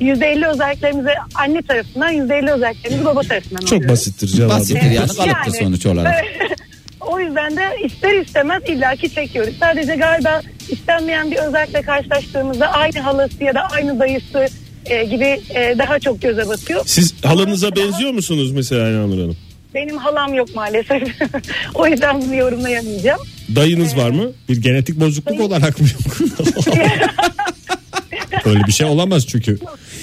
[SPEAKER 9] yüzde elli özelliklerimizi anne tarafından yüzde elli özelliklerimizi baba tarafından
[SPEAKER 4] Çok
[SPEAKER 9] alıyoruz.
[SPEAKER 4] basittir cevabı.
[SPEAKER 5] Basittir yani kalıptır sonuç olarak.
[SPEAKER 9] o yüzden de ister istemez illaki çekiyoruz. Sadece galiba istenmeyen bir özellikle karşılaştığımızda aynı halası ya da aynı dayısı e, gibi e, daha çok göze batıyor.
[SPEAKER 4] Siz halanıza benziyor musunuz mesela Aynur Hanım?
[SPEAKER 9] Benim halam yok maalesef. o yüzden bunu yorumlayamayacağım.
[SPEAKER 4] Dayınız var mı?
[SPEAKER 7] Bir genetik bozukluk olarak mı yok? Öyle bir şey olamaz çünkü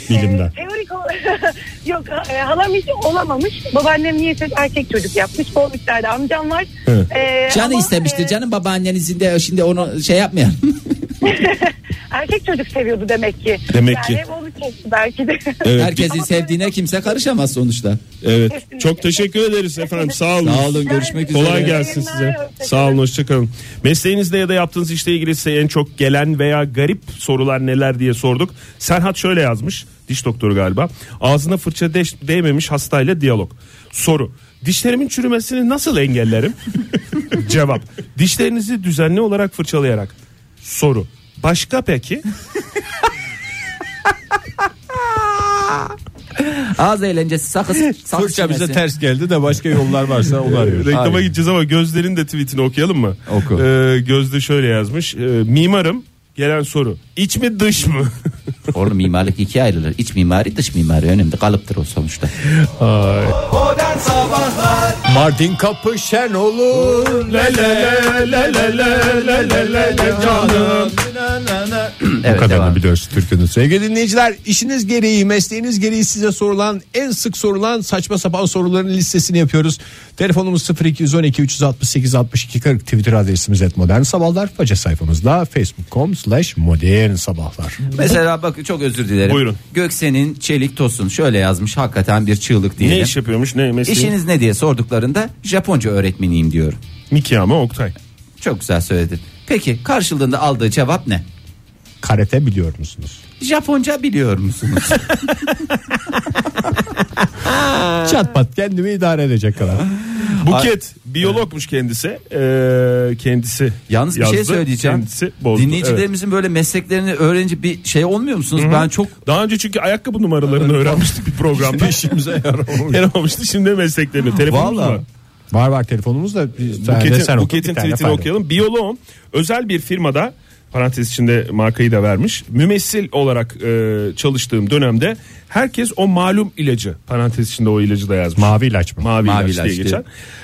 [SPEAKER 7] bilimden.
[SPEAKER 9] Ee, teorik olarak yok e, halam hiç olamamış. Babaannem niyeyse erkek çocuk yapmış. Bol miktarda amcam var.
[SPEAKER 7] Evet.
[SPEAKER 9] Ee,
[SPEAKER 5] Canı
[SPEAKER 9] ama,
[SPEAKER 5] istemiştir
[SPEAKER 9] e,
[SPEAKER 5] canım babaannenizin de şimdi onu şey yapmayalım.
[SPEAKER 9] erkek çocuk seviyordu demek ki.
[SPEAKER 4] Demek
[SPEAKER 9] yani
[SPEAKER 4] ki.
[SPEAKER 9] onu çekti belki de.
[SPEAKER 4] Evet.
[SPEAKER 5] Herkesin sevdiğine kimse karışamaz sonuçta.
[SPEAKER 4] Evet.
[SPEAKER 9] Kesinlikle.
[SPEAKER 4] Çok teşekkür ederiz efendim. Sağ olun.
[SPEAKER 5] Sağ olun görüşmek üzere.
[SPEAKER 4] Kolay gelsin
[SPEAKER 9] Yayınlar,
[SPEAKER 4] size.
[SPEAKER 9] hoşçakalın.
[SPEAKER 4] Sağ olun hoşçakalın. Mesleğinizle ya da yaptığınız işle ilgili size en çok gelen veya garip sorular neler diye sorduk. Serhat şöyle yazmış. Diş doktoru galiba. Ağzına fırça deş, değmemiş hastayla diyalog. Soru. Dişlerimin çürümesini nasıl engellerim? Cevap. Dişlerinizi düzenli olarak fırçalayarak. Soru. Başka peki?
[SPEAKER 3] Ağız eğlencesi sakız. sakız
[SPEAKER 2] Fırça bize
[SPEAKER 3] çimesi.
[SPEAKER 2] ters geldi de başka yollar varsa onu arıyoruz.
[SPEAKER 4] Reklama
[SPEAKER 2] Hayır.
[SPEAKER 4] gideceğiz ama Gözde'nin de tweetini okuyalım mı?
[SPEAKER 2] Oku.
[SPEAKER 4] Ee, Gözde şöyle yazmış. Ee, mimarım gelen soru. İç mi dış mı?
[SPEAKER 3] Oğlum mimarlık ikiye ayrılır. İç mimari dış mimari önemli kalıptır o sonuçta.
[SPEAKER 2] Mardin kapışen olur. Le le le le le le le le le le canım.
[SPEAKER 3] Evet,
[SPEAKER 2] Bu kadarını
[SPEAKER 3] devam.
[SPEAKER 2] biliyoruz Türk'ünün. Sevgili dinleyiciler işiniz gereği mesleğiniz gereği size sorulan en sık sorulan saçma sapan soruların listesini yapıyoruz. Telefonumuz 0212 368 62 40 Twitter adresimiz et modern sabahlar. Faça sayfamızda facebook.com slash modern sabahlar.
[SPEAKER 3] Mesela bak çok özür dilerim.
[SPEAKER 4] Buyurun.
[SPEAKER 3] Göksen'in Çelik Tosun şöyle yazmış hakikaten bir çığlık diyelim.
[SPEAKER 4] ne iş yapıyormuş ne mesleği?
[SPEAKER 3] İşiniz ne diye sorduklarında Japonca öğretmeniyim diyor.
[SPEAKER 4] Miki ama Oktay.
[SPEAKER 3] Çok güzel söyledin. Peki karşılığında aldığı cevap ne?
[SPEAKER 2] Karate biliyor musunuz?
[SPEAKER 3] Japonca biliyor musunuz?
[SPEAKER 2] Çat pat kendimi idare edecek kadar.
[SPEAKER 4] Buket biyologmuş kendisi. Ee, kendisi
[SPEAKER 3] Yalnız bir
[SPEAKER 4] yazdı,
[SPEAKER 3] şey söyleyeceğim.
[SPEAKER 4] Kendisi bozdu. Evet.
[SPEAKER 3] Dinleyicilerimizin böyle mesleklerini öğrenci bir şey olmuyor musunuz? Ben çok
[SPEAKER 4] Daha önce çünkü ayakkabı numaralarını öğrenmiştik bir programda. İşimize yaramamıştı. Şimdi mesleklerini. Telefonumuz
[SPEAKER 3] Valla.
[SPEAKER 4] var.
[SPEAKER 2] Var var telefonumuz da bir tane de sen
[SPEAKER 4] Buket'in,
[SPEAKER 2] oku,
[SPEAKER 4] Buket'in
[SPEAKER 2] bir tane
[SPEAKER 4] tweetini
[SPEAKER 2] Fahri.
[SPEAKER 4] okuyalım. Biyoloğum özel bir firmada parantez içinde markayı da vermiş. Mümessil olarak e, çalıştığım dönemde herkes o malum ilacı parantez içinde o ilacı da yazmış.
[SPEAKER 2] Mavi ilaç mı?
[SPEAKER 4] Mavi,
[SPEAKER 3] Mavi
[SPEAKER 4] ilaç,
[SPEAKER 3] ilaç
[SPEAKER 4] diye geçen.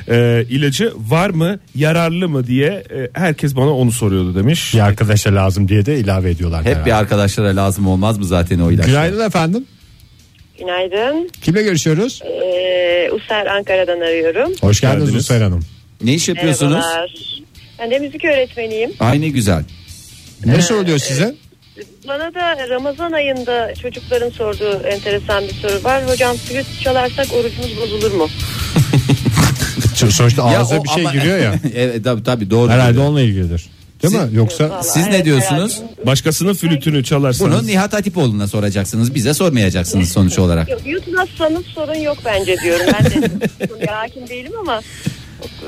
[SPEAKER 4] E, ilacı var mı yararlı mı diye e, herkes bana onu soruyordu demiş.
[SPEAKER 2] Bir arkadaşa lazım diye de ilave ediyorlar.
[SPEAKER 3] hep bir
[SPEAKER 2] herhalde.
[SPEAKER 3] arkadaşlara lazım olmaz mı zaten o ilaçlar?
[SPEAKER 2] Günaydın efendim.
[SPEAKER 9] Günaydın.
[SPEAKER 2] Kimle görüşüyoruz?
[SPEAKER 9] Ee, Usar Ankara'dan arıyorum.
[SPEAKER 2] Hoş geldiniz
[SPEAKER 4] geldiniz.
[SPEAKER 2] Hüseyin Hanım.
[SPEAKER 3] Ne iş yapıyorsunuz?
[SPEAKER 9] Merhabalar. Ben de müzik öğretmeniyim.
[SPEAKER 3] Ay ne güzel.
[SPEAKER 2] Ne soruluyor size?
[SPEAKER 9] Bana da Ramazan ayında çocukların sorduğu enteresan bir soru var. Hocam flüt çalarsak orucumuz bozulur mu?
[SPEAKER 2] So- Sonuçta
[SPEAKER 3] Ya
[SPEAKER 2] ağza
[SPEAKER 3] o
[SPEAKER 2] bir şey
[SPEAKER 3] ama-
[SPEAKER 2] giriyor ya.
[SPEAKER 3] evet tabii tabii doğru.
[SPEAKER 2] Herhalde onunla ilgilidir. Değil mi?
[SPEAKER 3] Siz-
[SPEAKER 2] Yoksa
[SPEAKER 9] Vallahi
[SPEAKER 3] Siz ne
[SPEAKER 9] evet,
[SPEAKER 3] diyorsunuz?
[SPEAKER 9] herhalde.
[SPEAKER 4] Başkasının flütünü çalarsanız.
[SPEAKER 3] Bunu Nihat Hatipoğlu'na soracaksınız. Bize sormayacaksınız sonuç olarak.
[SPEAKER 9] Yok, Yutmazsanız sorun yok bence diyorum. Ben de konuya hakim değilim ama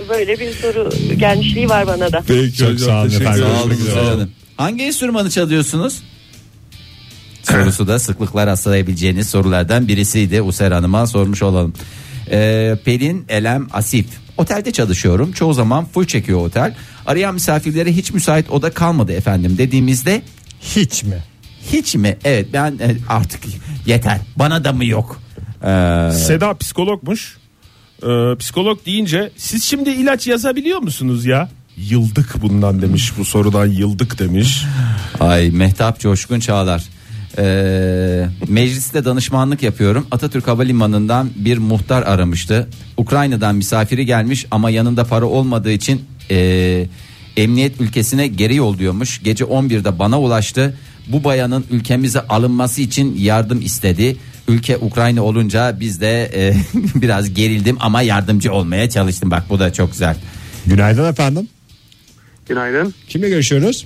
[SPEAKER 9] böyle bir soru gelmişliği var bana da.
[SPEAKER 4] Peki
[SPEAKER 2] Çok
[SPEAKER 4] hocam,
[SPEAKER 2] sağ olun
[SPEAKER 4] teşekkür
[SPEAKER 2] efendim.
[SPEAKER 4] ederim.
[SPEAKER 2] Sağ olun,
[SPEAKER 4] Görüşmek
[SPEAKER 2] sağ
[SPEAKER 4] üzere.
[SPEAKER 3] Canım. Hangi enstrümanı çalıyorsunuz? Sorusu da sıklıkla rastlayabileceğiniz sorulardan birisiydi. User Hanım'a sormuş olalım. Ee, Pelin Elem Asif. Otelde çalışıyorum. Çoğu zaman full çekiyor otel. Arayan misafirlere hiç müsait oda kalmadı efendim dediğimizde
[SPEAKER 10] Hiç mi?
[SPEAKER 3] hiç mi? Evet ben e, artık yeter. Bana da mı yok? Ee,
[SPEAKER 4] Seda psikologmuş. Ee, psikolog deyince siz şimdi ilaç yazabiliyor musunuz ya? Yıldık bundan demiş bu sorudan yıldık demiş.
[SPEAKER 3] Ay Mehtap Coşkun Çağlar. Ee, mecliste danışmanlık yapıyorum. Atatürk Havalimanı'ndan bir muhtar aramıştı. Ukrayna'dan misafiri gelmiş ama yanında para olmadığı için ee, emniyet ülkesine geri yolluyormuş. Gece 11'de bana ulaştı. Bu bayanın ülkemize alınması için yardım istedi. Ülke Ukrayna olunca biz de ee, biraz gerildim ama yardımcı olmaya çalıştım. Bak bu da çok güzel.
[SPEAKER 2] Günaydın efendim.
[SPEAKER 1] Günaydın.
[SPEAKER 2] Kimle görüşüyoruz?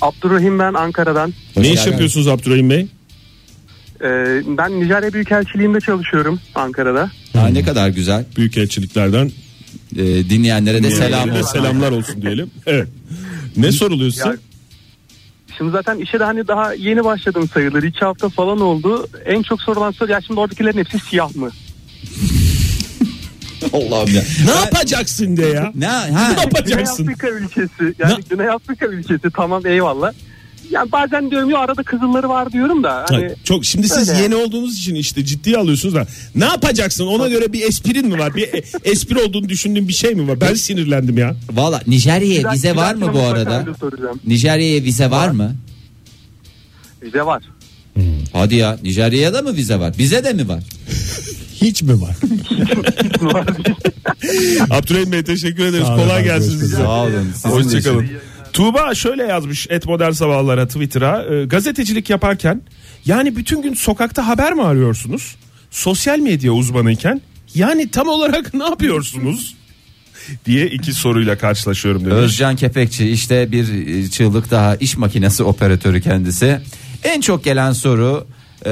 [SPEAKER 1] Abdurrahim ben Ankara'dan.
[SPEAKER 2] Hoş
[SPEAKER 4] ne iş
[SPEAKER 2] geldin.
[SPEAKER 4] yapıyorsunuz Abdurrahim Bey?
[SPEAKER 1] Ee, ben Nijerya Büyükelçiliğinde çalışıyorum Ankara'da.
[SPEAKER 3] Ha,
[SPEAKER 4] Hmm.
[SPEAKER 3] ne kadar güzel.
[SPEAKER 4] Büyükelçiliklerden
[SPEAKER 3] Ee, dinleyenlere de selam
[SPEAKER 4] Dinleyenlere
[SPEAKER 3] olsun.
[SPEAKER 4] selamlar olsun diyelim. Evet. Ne soruluyor size?
[SPEAKER 1] Ya- Şimdi zaten işe de hani daha yeni başladım sayılır. İki hafta falan oldu. En çok sorulan soru ya şimdi oradakilerin hepsi siyah mı?
[SPEAKER 11] Allah'ım ya.
[SPEAKER 4] ne yapacaksın de ya?
[SPEAKER 3] Ne ha?
[SPEAKER 4] ne
[SPEAKER 1] Güney
[SPEAKER 4] yapacaksın?
[SPEAKER 1] Afrika ülkesi. Yani Güney Afrika ülkesi tamam eyvallah. Yani bazen diyorum ya arada kızılları var diyorum da. Hani
[SPEAKER 4] Hayır, çok şimdi siz
[SPEAKER 1] Öyle.
[SPEAKER 4] yeni olduğunuz için işte ciddiye alıyorsunuz da ne yapacaksın ona göre bir esprin mi var bir e- espri olduğunu düşündüğün bir şey mi var ben sinirlendim ya
[SPEAKER 3] Valla Nijerya'ya
[SPEAKER 1] Biraz-
[SPEAKER 3] vize
[SPEAKER 1] biraz
[SPEAKER 3] var mı bu
[SPEAKER 1] sonra
[SPEAKER 3] arada?
[SPEAKER 1] bakarım, soracağım.
[SPEAKER 3] Nijerya'ya vize var mı?
[SPEAKER 1] Vize var.
[SPEAKER 3] Hadi ya Nijerya'da mı vize var? Bize de mi var?
[SPEAKER 2] Hiç mi var?
[SPEAKER 4] Abdurrahim Bey teşekkür ederiz
[SPEAKER 2] Sağ olun
[SPEAKER 4] kolay
[SPEAKER 2] efendim,
[SPEAKER 4] gelsin
[SPEAKER 2] görüşmek
[SPEAKER 4] size
[SPEAKER 2] üzere.
[SPEAKER 3] Sağ olun. sizin de
[SPEAKER 4] Hoşçakalın.
[SPEAKER 3] için.
[SPEAKER 4] Tuğba şöyle yazmış et modern sabahlara Twitter'a e, gazetecilik yaparken yani bütün gün sokakta haber mi arıyorsunuz? Sosyal medya uzmanıyken yani tam olarak ne yapıyorsunuz? diye iki soruyla karşılaşıyorum demiş.
[SPEAKER 3] Özcan Kepekçi işte bir e, çığlık daha iş makinesi operatörü kendisi. En çok gelen soru e,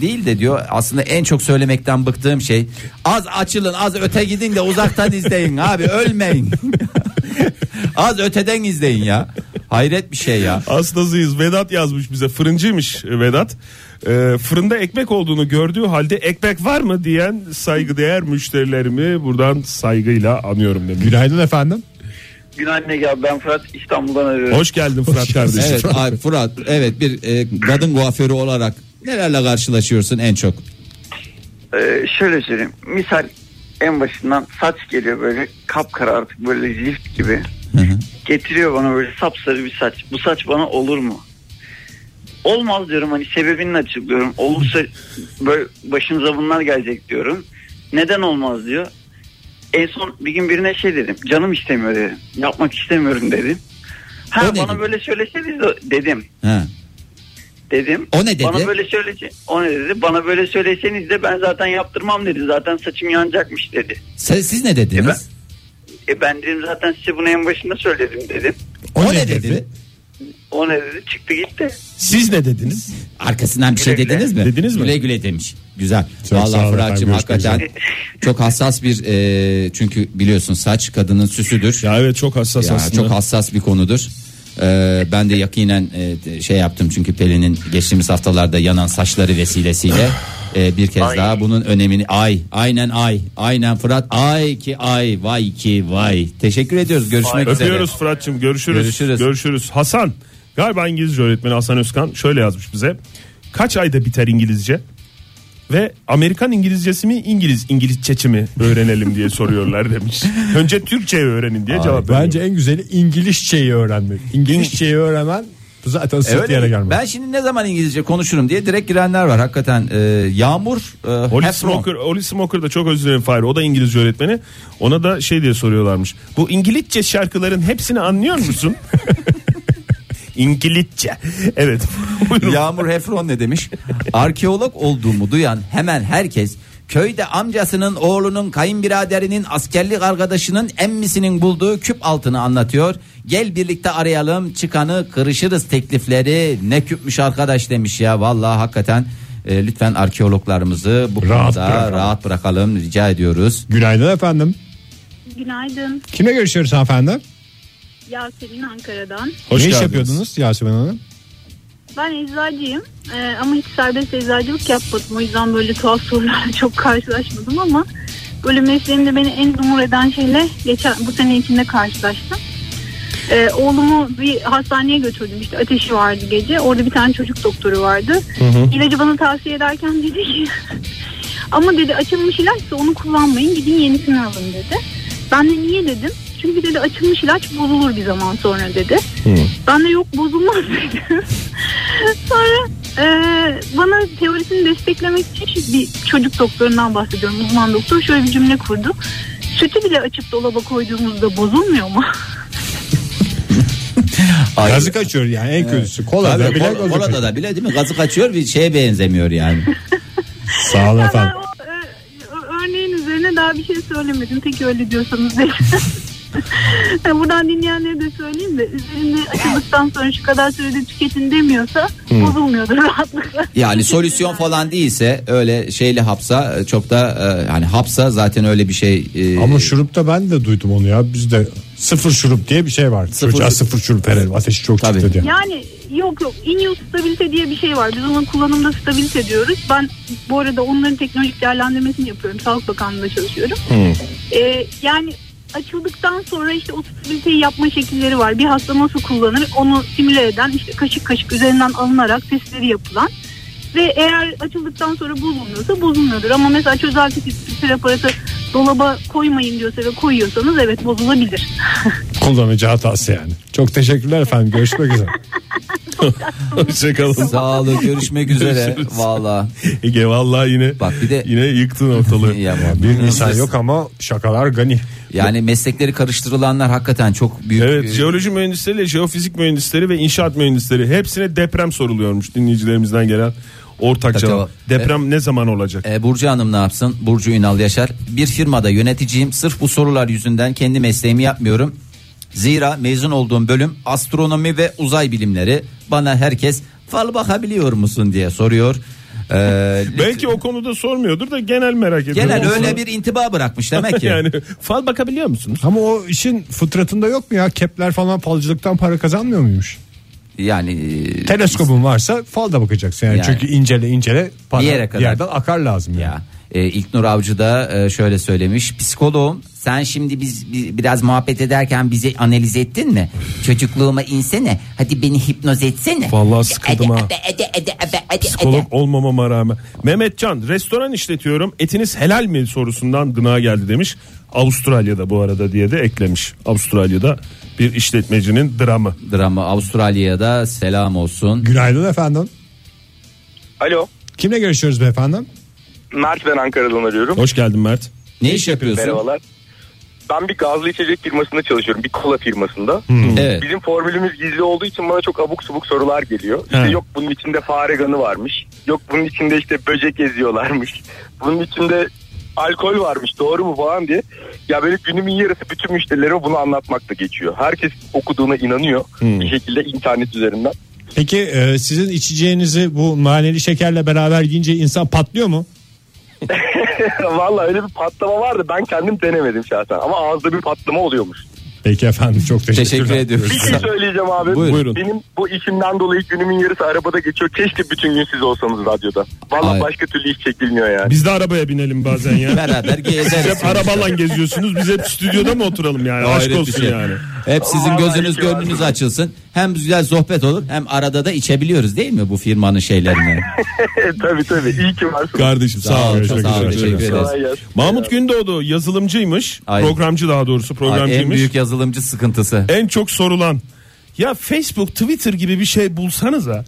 [SPEAKER 3] değil de diyor aslında en çok söylemekten bıktığım şey az açılın az öte gidin de uzaktan izleyin abi ölmeyin. az öteden izleyin ya. Hayret bir şey ya.
[SPEAKER 4] Hastasıyız. Vedat yazmış bize. Fırıncıymış Vedat. Ee, fırında ekmek olduğunu gördüğü halde ekmek var mı diyen saygıdeğer müşterilerimi buradan saygıyla anıyorum demiş.
[SPEAKER 2] Günaydın efendim.
[SPEAKER 5] Günaydın Ege abi ben Fırat İstanbul'dan arıyorum.
[SPEAKER 4] Hoş geldin Fırat kardeşim.
[SPEAKER 3] Evet abi Fırat evet bir e, kadın kuaförü olarak nelerle karşılaşıyorsun en çok?
[SPEAKER 5] Ee, şöyle söyleyeyim. Misal en başından saç geliyor böyle kapkara artık böyle zift gibi. Getiriyor bana böyle sapsarı bir saç. Bu saç bana olur mu? Olmaz diyorum hani sebebini açıklıyorum. Olursa böyle başınıza bunlar gelecek diyorum. Neden olmaz diyor. En son bir gün birine şey dedim. Canım istemiyor dedim. Yapmak istemiyorum dedim. Ha
[SPEAKER 3] O ne
[SPEAKER 5] bana
[SPEAKER 3] dedi?
[SPEAKER 5] böyle söyleseniz dedim.
[SPEAKER 3] Ha.
[SPEAKER 5] Dedim.
[SPEAKER 3] O ne dedi?
[SPEAKER 5] Bana böyle söylese, o ne dedi? Bana böyle söyleseniz de ben zaten yaptırmam dedi. Zaten saçım yanacakmış dedi.
[SPEAKER 3] Siz, siz ne dediniz?
[SPEAKER 5] E ben- E ben dedim zaten size bunu en başında söyledim dedim.
[SPEAKER 3] o, ne dedi?
[SPEAKER 5] O ne dedi? Çıktı gitti.
[SPEAKER 4] Siz ne dediniz?
[SPEAKER 3] Arkasından bir şey
[SPEAKER 5] Güle güle.
[SPEAKER 3] dediniz mi?
[SPEAKER 4] Dediniz mi?
[SPEAKER 3] Güle güle demiş. Güzel.
[SPEAKER 2] Çok sağ
[SPEAKER 3] Vallahi
[SPEAKER 2] olun
[SPEAKER 3] Fırat'cığım
[SPEAKER 2] efendim, görüşmek
[SPEAKER 3] hakikaten çok hassas bir e, çünkü biliyorsun saç kadının süsüdür.
[SPEAKER 4] Ya evet çok hassas
[SPEAKER 3] Ya,
[SPEAKER 4] aslında.
[SPEAKER 3] çok hassas bir konudur. Ee, ben de yakinen e, de- şey yaptım çünkü Pelin'in geçtiğimiz haftalarda yanan saçları vesilesiyle e, bir kez daha bunun önemini ay aynen ay aynen Fırat ay ki ay vay ki vay teşekkür ediyoruz görüşmek üzere.
[SPEAKER 4] Öpüyoruz Fırat'cığım görüşürüz.
[SPEAKER 3] Görüşürüz.
[SPEAKER 4] Görüşürüz. Hasan galiba İngilizce öğretmeni Hasan Özkan şöyle yazmış bize. Kaç ayda biter İngilizce? Ve Amerikan İngilizcesi mi İngiliz İngilizceci mi öğrenelim diye soruyorlar demiş. Önce Türkçe öğrenin diye cevap veriyor.
[SPEAKER 2] Bence en güzeli İngilizceyi öğrenmek. İngilizceyi öğrenen zaten
[SPEAKER 3] E,
[SPEAKER 2] sırt
[SPEAKER 3] öyle
[SPEAKER 2] yere
[SPEAKER 3] mi?
[SPEAKER 2] gelmez.
[SPEAKER 3] Ben şimdi ne zaman İngilizce konuşurum diye direkt girenler var hakikaten e, Yağmur e,
[SPEAKER 4] Oli
[SPEAKER 3] Heffron.
[SPEAKER 4] Smoker, Oli Smoker da çok özür dilerim Fahir. O da İngilizce öğretmeni. Ona da şey diye soruyorlarmış. Bu İngilizce şarkıların hepsini anlıyor musun? İngilizce. Evet. Buyurun.
[SPEAKER 3] Yağmur Hefron ne demiş? Arkeolog olduğumu duyan hemen herkes köyde amcasının oğlunun kayınbiraderinin askerlik arkadaşının emmisinin bulduğu küp altını anlatıyor. Gel birlikte arayalım çıkanı kırışırız teklifleri ne küpmüş arkadaş demiş ya vallahi hakikaten e, lütfen arkeologlarımızı bu
[SPEAKER 2] Rahat
[SPEAKER 3] konuda
[SPEAKER 2] bırakalım.
[SPEAKER 3] rahat bırakalım rica ediyoruz.
[SPEAKER 2] Günaydın efendim.
[SPEAKER 12] Günaydın.
[SPEAKER 2] Kimle görüşüyoruz hanımefendi?
[SPEAKER 12] Yasemin Ankara'dan.
[SPEAKER 4] Hoş
[SPEAKER 2] ne iş
[SPEAKER 4] geldiniz.
[SPEAKER 2] yapıyordunuz Yasemin Hanım?
[SPEAKER 12] Ben eczacıyım e, Ee, ama hiç serbest eczacılık yapmadım. O yüzden böyle tuhaf sorularla çok karşılaşmadım ama Böyle mesleğimde beni en umur eden şeyle geçen bu sene içinde karşılaştım. Ee, oğlumu bir hastaneye götürdüm işte ateşi vardı gece orada bir tane çocuk doktoru vardı İlacı bana tavsiye ederken dedi ki ama dedi açılmış ilaçsa onu kullanmayın gidin yenisini alın dedi ben de niye dedim çünkü dedi açılmış ilaç bozulur bir zaman sonra dedi ben de yok bozulmaz dedim Sonra e, bana teorisini desteklemek için şu- bir çocuk doktorundan bahsediyorum. Uzman doktor şöyle bir cümle kurdu. Sütü bile açıp dolaba koyduğumuzda bozulmuyor mu?
[SPEAKER 3] Ay,
[SPEAKER 2] Gazı kaçıyor yani en kötüsü. Kola da
[SPEAKER 3] tabii,
[SPEAKER 2] bile
[SPEAKER 3] kol-
[SPEAKER 2] gazı
[SPEAKER 3] kolada
[SPEAKER 2] kaçıyor.
[SPEAKER 3] da bile değil mi? Gazı kaçıyor bir şeye benzemiyor yani.
[SPEAKER 2] Sağ olun
[SPEAKER 12] Ben
[SPEAKER 2] efendim.
[SPEAKER 12] o, e, ö- örneğin üzerine daha bir şey söylemedim. Tek öyle diyorsanız değil. Yani Buradan dinleyenlere de söyleyeyim de üzerinde açıldıktan sonra şu kadar sürede tüketin demiyorsa bozulmuyordur rahatlıkla.
[SPEAKER 3] Yani solüsyon falan değilse öyle şeyle hapsa e, çok da e, hani hapsa zaten öyle bir şey e,
[SPEAKER 2] Ama şurupta ben de duydum onu ya. Bizde sıfır şurup diye bir şey var.
[SPEAKER 3] Sıfır
[SPEAKER 2] Çocuğa
[SPEAKER 3] şurup.
[SPEAKER 2] sıfır şurup verelim. Ateşi çok
[SPEAKER 3] Tabii.
[SPEAKER 2] çıktı diye.
[SPEAKER 12] Yani yok yok in stabilite diye bir şey var. Biz onun kullanımda stabilite diyoruz. Ben bu arada onların teknolojik değerlendirmesini yapıyorum. Sağlık Bakanlığı'nda çalışıyorum. Ee, yani açıldıktan sonra işte o stabiliteyi yapma şekilleri var. Bir hasta nasıl kullanır onu simüle eden işte kaşık kaşık üzerinden alınarak testleri yapılan ve eğer açıldıktan sonra bozulmuyorsa bozulmuyordur. Ama mesela çözelti tipi preparatı dolaba koymayın diyorsa ve koyuyorsanız evet bozulabilir.
[SPEAKER 2] Kullanıcı hatası yani. Çok teşekkürler efendim. Görüşmek üzere. şey
[SPEAKER 4] Hoşçakalın.
[SPEAKER 3] Sağ olun görüşmek üzere
[SPEAKER 4] Görüşürüz.
[SPEAKER 3] valla.
[SPEAKER 4] Ege vallahi yine
[SPEAKER 3] Bak bir de-
[SPEAKER 4] yine yıktın ortalığı.
[SPEAKER 3] Ya,
[SPEAKER 2] Bir insan yok ama şakalar gani.
[SPEAKER 3] Yani meslekleri karıştırılanlar hakikaten çok büyük.
[SPEAKER 4] Evet
[SPEAKER 3] e,
[SPEAKER 4] jeoloji mühendisleriyle jeofizik mühendisleri ve inşaat mühendisleri hepsine deprem soruluyormuş dinleyicilerimizden gelen ortak
[SPEAKER 3] Tabii,
[SPEAKER 4] cevap.
[SPEAKER 3] tabii.
[SPEAKER 4] Deprem ne zaman olacak?
[SPEAKER 3] E, Burcu Hanım ne yapsın? Burcu Ünal Yaşar. Bir firmada yöneticiyim. Sırf bu sorular yüzünden kendi mesleğimi yapmıyorum. Zira mezun olduğum bölüm astronomi ve uzay bilimleri. Bana herkes fal bakabiliyor musun diye soruyor. E,
[SPEAKER 4] Belki o konuda sormuyordur da genel merak ediyorum.
[SPEAKER 3] genel
[SPEAKER 4] Olsa-
[SPEAKER 3] öyle bir intiba bırakmış demek ki.
[SPEAKER 4] yani fal bakabiliyor musunuz?
[SPEAKER 2] Ama o işin fıtratında yok mu ya? Kepler falan falcılıktan para kazanmıyor muymuş?
[SPEAKER 3] Yani e,
[SPEAKER 2] Teleskobun varsa falda bakacaksın yani.
[SPEAKER 3] Yani.
[SPEAKER 2] Çünkü incele incele para
[SPEAKER 3] Bir
[SPEAKER 2] bir,
[SPEAKER 3] yere kadar.
[SPEAKER 2] yerden akar lazım yani.
[SPEAKER 3] Ya e, İlknur Avcı da e, şöyle söylemiş. Psikoloğum sen şimdi biz bi- biraz muhabbet ederken bizi analiz ettin mi? Çocukluğuma insene. Hadi beni hipnoz etsene.
[SPEAKER 4] Vallahi sıkıldım ha.
[SPEAKER 13] Ede, ede, ede, ede, ede,
[SPEAKER 4] Psikolog olmamama rağmen. Mehmetcan restoran işletiyorum etiniz helal mi sorusundan gına geldi demiş. Avustralya'da bu arada diye de eklemiş. Avustralya'da bir işletmecinin dramı.
[SPEAKER 3] Drama Avustralya'da selam olsun.
[SPEAKER 2] Günaydın efendim.
[SPEAKER 14] Alo.
[SPEAKER 2] Kimle görüşüyoruz beyefendi?
[SPEAKER 14] Mert ben Ankara'dan arıyorum.
[SPEAKER 4] Hoş geldin Mert.
[SPEAKER 3] Ne iş yapıyorsun?
[SPEAKER 14] Merhabalar. Ben bir gazlı içecek firmasında çalışıyorum. Bir kola firmasında.
[SPEAKER 3] Hmm.
[SPEAKER 14] Hmm.
[SPEAKER 3] Evet.
[SPEAKER 14] Bizim formülümüz gizli olduğu için bana çok abuk subuk sorular geliyor. İşte
[SPEAKER 4] He.
[SPEAKER 14] yok bunun içinde fare kanı varmış. Yok bunun içinde işte böcek eziyorlarmış. Bunun içinde alkol varmış doğru mu falan diye. Ya böyle günümün yarısı bütün müşterilerime bunu anlatmakla geçiyor. Herkes okuduğuna inanıyor
[SPEAKER 3] Hmm.
[SPEAKER 14] bir şekilde internet üzerinden.
[SPEAKER 2] Peki e, sizin içeceğinizi bu naneli şekerle beraber yiyince insan patlıyor mu?
[SPEAKER 14] Vallahi öyle bir patlama vardı ben kendim denemedim şahsen ama ağızda bir patlama oluyormuş.
[SPEAKER 2] Peki efendim çok teşekkürler.
[SPEAKER 3] Teşekkür
[SPEAKER 14] Bir
[SPEAKER 3] ediyoruz.
[SPEAKER 14] şey söyleyeceğim abi.
[SPEAKER 3] Buyurun. Buyurun.
[SPEAKER 14] Benim bu işimden dolayı günümün yarısı arabada geçiyor. Keşke bütün gün siz olsanız radyoda.
[SPEAKER 3] Ay.
[SPEAKER 14] Vallahi başka türlü iş çekilmiyor yani.
[SPEAKER 4] Biz de arabaya binelim bazen ya.
[SPEAKER 3] Beraber
[SPEAKER 4] Siz
[SPEAKER 3] gezeriz.
[SPEAKER 4] hep arabayla geziyorsunuz. Biz hep stüdyoda mı oturalım yani?
[SPEAKER 3] Hayret bir
[SPEAKER 4] Aşk olsun
[SPEAKER 3] şey.
[SPEAKER 4] yani.
[SPEAKER 3] Hep sizin
[SPEAKER 14] Vallahi
[SPEAKER 3] gözünüz
[SPEAKER 14] iyi ki var.
[SPEAKER 3] gönlünüz açılsın. Hem güzel sohbet olur hem arada da içebiliyoruz değil mi bu firmanın şeylerini?
[SPEAKER 14] tabii tabii. İyi ki varsın.
[SPEAKER 4] Kardeşim
[SPEAKER 3] sağ ol.
[SPEAKER 4] Görüşmek
[SPEAKER 3] Sağ ol.
[SPEAKER 4] üzere.
[SPEAKER 3] Teşekkür ederiz.
[SPEAKER 14] Kolay gelsin.
[SPEAKER 4] Mahmut Gündoğdu yazılımcıymış.
[SPEAKER 3] Ay.
[SPEAKER 4] Programcı daha doğrusu
[SPEAKER 3] Ay, En
[SPEAKER 4] programcıymış. En,
[SPEAKER 3] büyük yazılımcı sıkıntısı.
[SPEAKER 4] çok sorulan. Ya Facebook, Twitter gibi bir şey bulsanıza.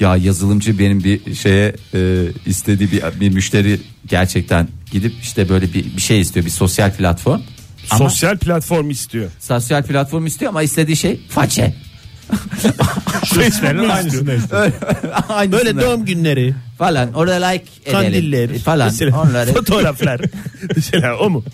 [SPEAKER 3] Ya yazılımcı benim bir şeye e, istediği bir, bir müşteri gerçekten gidip işte böyle bir, bir şey istiyor bir sosyal platform. Ama
[SPEAKER 4] Sosyal platform istiyor.
[SPEAKER 3] sosyal platform istiyor ama istediği şey façe.
[SPEAKER 4] Facebook mu istiyor?
[SPEAKER 3] Aynısını.
[SPEAKER 4] günleri,
[SPEAKER 3] falan orada like edelim e, falan onları.
[SPEAKER 4] fotoğraflar. mesela o mu?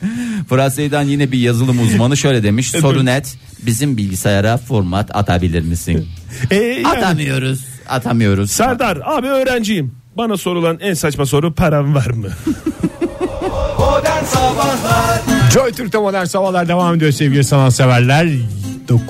[SPEAKER 3] Fransa'dan yine bir yazılım uzmanı şöyle demiş. Soru net. Bizim bilgisayara format atabilir misin?
[SPEAKER 4] Ee, yani-
[SPEAKER 3] Atamıyoruz. Atamıyoruz.
[SPEAKER 4] Serdar abi öğrenciyim. Bana sorulan en saçma soru param var mı?
[SPEAKER 2] Joy Türk'te modern sabahlar devam ediyor sevgili sanatseverler.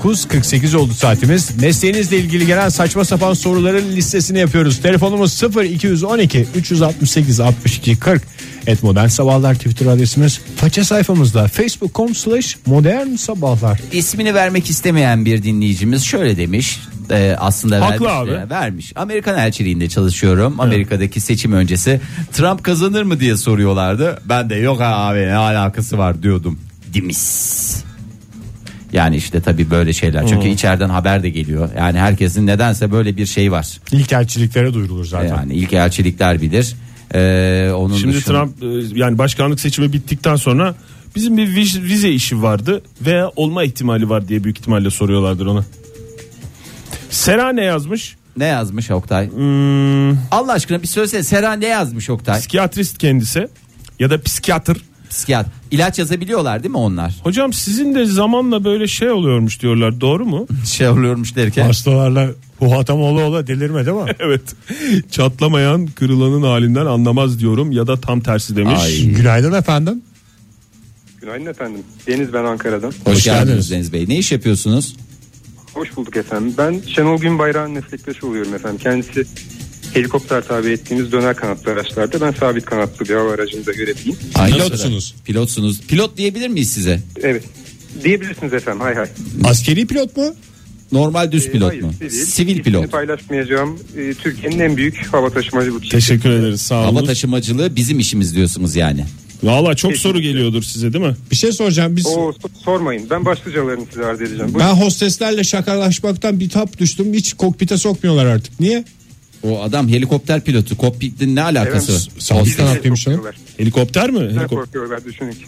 [SPEAKER 2] 9.48 oldu saatimiz. Mesleğinizle ilgili gelen saçma sapan soruların listesini yapıyoruz. Telefonumuz 0212 368 62 40. Et Modern Sabahlar Twitter adresimiz. Faça sayfamızda facebook.com slash modern sabahlar.
[SPEAKER 3] İsmini vermek istemeyen bir dinleyicimiz şöyle demiş. Ee, aslında
[SPEAKER 4] Haklı
[SPEAKER 3] vermiş,
[SPEAKER 4] abi.
[SPEAKER 3] e, vermiş. Amerikan elçiliğinde çalışıyorum. Amerika'daki seçim öncesi Trump kazanır mı diye soruyorlardı. Ben de yok abi ne alakası var diyordum. Dimis. Yani işte tabii böyle şeyler. Çünkü
[SPEAKER 4] Hmm.
[SPEAKER 3] içeriden haber de geliyor. Yani herkesin nedense böyle bir şey var.
[SPEAKER 2] İlk elçiliklere duyurulur zaten.
[SPEAKER 3] Yani ilk elçilikler bilir. Ee, onun
[SPEAKER 4] Şimdi
[SPEAKER 3] dışında-
[SPEAKER 4] Trump e, yani başkanlık seçimi bittikten sonra bizim bir viz- vize işi vardı veya olma ihtimali var diye büyük ihtimalle soruyorlardır ona. Sera ne yazmış? Hmm.
[SPEAKER 3] ne yazmış Oktay? Allah aşkına bir söylesene Sera ne yazmış Oktay?
[SPEAKER 4] Psikiyatrist kendisi ya da psikiyatr.
[SPEAKER 3] Psikiyat. İlaç yazabiliyorlar değil mi onlar?
[SPEAKER 4] Hocam sizin de zamanla böyle şey oluyormuş diyorlar doğru mu?
[SPEAKER 3] Şey oluyormuş derken.
[SPEAKER 2] Hastalarla muhatap ola ola delirmedi mi?
[SPEAKER 4] evet. Çatlamayan kırılanın halinden anlamaz diyorum ya da tam tersi demiş.
[SPEAKER 3] Ay.
[SPEAKER 2] Günaydın efendim.
[SPEAKER 15] Günaydın efendim. Deniz ben Ankara'dan.
[SPEAKER 3] Hoş,
[SPEAKER 5] Hoş
[SPEAKER 3] geldiniz.
[SPEAKER 5] geldiniz.
[SPEAKER 3] Deniz Bey. Ne iş yapıyorsunuz?
[SPEAKER 15] Hoş bulduk efendim. Ben Şenol Günbayrak'ın meslektaşı oluyorum efendim. Kendisi helikopter tabi ettiğimiz döner kanatlı araçlarda. Ben sabit kanatlı bir hava aracında görevliyim.
[SPEAKER 3] Aynı
[SPEAKER 2] Pilotsunuz.
[SPEAKER 3] sıra. Pilotsunuz. Pilot diyebilir miyiz size?
[SPEAKER 15] Evet. Diyebilirsiniz efendim. Hay hay.
[SPEAKER 2] Askeri pilot mu?
[SPEAKER 3] Normal düz
[SPEAKER 15] Ee,
[SPEAKER 3] pilot
[SPEAKER 15] hayır,
[SPEAKER 3] mu?
[SPEAKER 15] değil.
[SPEAKER 3] Sivil
[SPEAKER 15] İsmini
[SPEAKER 3] pilot.
[SPEAKER 15] paylaşmayacağım. Ee, Türkiye'nin en büyük hava taşımacı bu kişi.
[SPEAKER 4] Teşekkür ederiz sağ
[SPEAKER 3] Hava
[SPEAKER 4] olun.
[SPEAKER 3] taşımacılığı bizim işimiz diyorsunuz yani.
[SPEAKER 4] Valla çok soru geliyordur size değil mi?
[SPEAKER 7] Bir şey soracağım. Biz
[SPEAKER 15] Oo, so- sormayın. Ben başlıcalarını size arz edeceğim. Bu
[SPEAKER 7] ben hosteslerle şakalaşmaktan bir tap düştüm. Hiç kokpite sokmuyorlar artık. Niye?
[SPEAKER 3] O adam helikopter pilotu. Kokpitin ne alakası? var?
[SPEAKER 7] Sağ
[SPEAKER 15] Bizden
[SPEAKER 7] kanatlıymış ya.
[SPEAKER 15] korkuyorlar.
[SPEAKER 4] Helikopter mi?
[SPEAKER 15] Bizden
[SPEAKER 4] Helikopter.
[SPEAKER 15] korkuyorlar düşünün ki.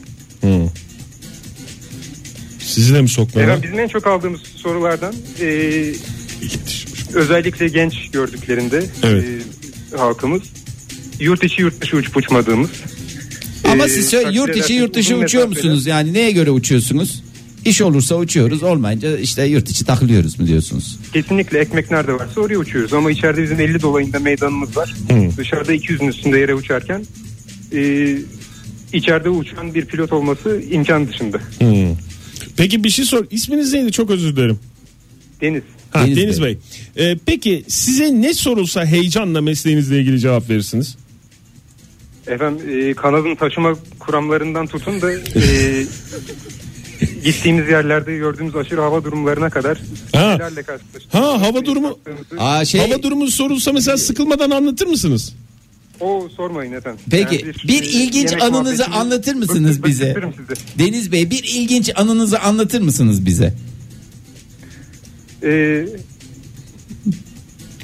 [SPEAKER 4] Sizi de mi sokmuyorlar?
[SPEAKER 15] Efendim bizim en çok aldığımız sorulardan e, özellikle genç gördüklerinde
[SPEAKER 4] Evet.
[SPEAKER 15] e, halkımız yurt içi yurt dışı uçup uçmadığımız.
[SPEAKER 3] Ama
[SPEAKER 15] e,
[SPEAKER 3] siz söyle-
[SPEAKER 15] takdir
[SPEAKER 3] yurt içi
[SPEAKER 15] edersiniz
[SPEAKER 3] yurt dışı
[SPEAKER 15] uzun
[SPEAKER 3] uçuyor
[SPEAKER 15] mesafeler.
[SPEAKER 3] musunuz? Yani neye göre uçuyorsunuz? İş olursa uçuyoruz olmayınca işte yurt içi takılıyoruz mu diyorsunuz?
[SPEAKER 15] Kesinlikle ekmek nerede varsa oraya uçuyoruz ama içeride bizim 50 dolayında meydanımız var. Dışarıda 200'ün üstünde yere uçarken e, içeride uçan bir pilot olması imkan dışında.
[SPEAKER 4] Peki bir şey sor. İsminiz neydi? Çok özür dilerim.
[SPEAKER 15] Deniz.
[SPEAKER 4] Ha, Deniz,
[SPEAKER 3] Deniz
[SPEAKER 4] Bey. Ee, peki size ne sorulsa heyecanla mesleğinizle ilgili cevap verirsiniz?
[SPEAKER 15] Efendim e, kanadın taşıma kuramlarından tutun da e, gittiğimiz yerlerde gördüğümüz aşırı hava durumlarına kadar
[SPEAKER 4] Ha.
[SPEAKER 15] nelerle karşılaştık.
[SPEAKER 4] Ha, hava durumu-
[SPEAKER 3] Aa şey
[SPEAKER 4] Hava durumu sorulsa mesela sıkılmadan anlatır mısınız?
[SPEAKER 15] O sormayın efendim.
[SPEAKER 3] Peki
[SPEAKER 15] Yani
[SPEAKER 3] bir
[SPEAKER 15] e,
[SPEAKER 3] ilginç
[SPEAKER 15] yemek
[SPEAKER 3] anınızı
[SPEAKER 15] muhabbetini-
[SPEAKER 3] anlatır mısınız
[SPEAKER 15] Bıktım,
[SPEAKER 3] bize?
[SPEAKER 15] bıktım sizi.
[SPEAKER 3] Deniz Bey bir ilginç anınızı anlatır mısınız bize?
[SPEAKER 15] E,
[SPEAKER 6] Ee,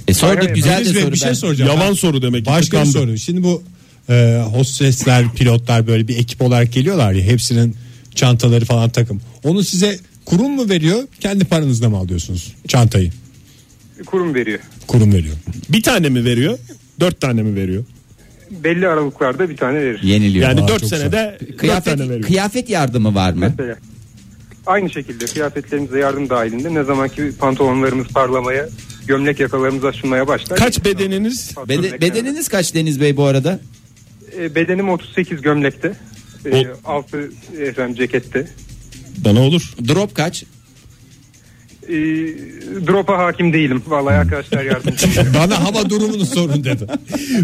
[SPEAKER 3] E sorduk
[SPEAKER 15] Hayır, hayır,
[SPEAKER 3] güzel
[SPEAKER 7] Deniz
[SPEAKER 3] de
[SPEAKER 7] Bey,
[SPEAKER 3] soru.
[SPEAKER 7] bir şey
[SPEAKER 3] ben-
[SPEAKER 7] soracağım.
[SPEAKER 4] Yalan
[SPEAKER 7] Ben-
[SPEAKER 4] soru demek. ki,
[SPEAKER 7] Başka bir
[SPEAKER 4] tıkandı.
[SPEAKER 7] soru. Şimdi bu e, hostesler, pilotlar böyle bir ekip olarak geliyorlar ya. Hepsinin çantaları falan takım. Onu size kurum mu veriyor? Kendi paranızla mı alıyorsunuz çantayı?
[SPEAKER 15] kurum veriyor.
[SPEAKER 7] Kurum veriyor.
[SPEAKER 4] Bir tane mi veriyor? Dört tane mi veriyor?
[SPEAKER 15] Belli aralıklarda bir tane verir.
[SPEAKER 3] Yeniliyor.
[SPEAKER 4] Yani
[SPEAKER 7] Aa,
[SPEAKER 4] dört
[SPEAKER 7] çok
[SPEAKER 4] senede dört
[SPEAKER 3] kıyafet,
[SPEAKER 4] tane veriyor.
[SPEAKER 3] kıyafet yardımı var mı?
[SPEAKER 15] Mesela aynı şekilde kıyafetlerimize yardım dahilinde ne zamanki pantolonlarımız parlamaya, gömlek yakalarımız aşınmaya başlar.
[SPEAKER 4] Kaç bedeniniz?
[SPEAKER 15] Pantolon
[SPEAKER 3] Bede-
[SPEAKER 15] ekleme.
[SPEAKER 3] bedeniniz kaç Deniz Bey bu arada?
[SPEAKER 15] E, bedenim 38 gömlekte. E, altı efendim cekette.
[SPEAKER 4] Bana olur.
[SPEAKER 3] Drop kaç?
[SPEAKER 15] E, drop'a hakim değilim. Vallahi arkadaşlar yardımcı. oluyor.
[SPEAKER 7] Bana hava durumunu sorun dedi.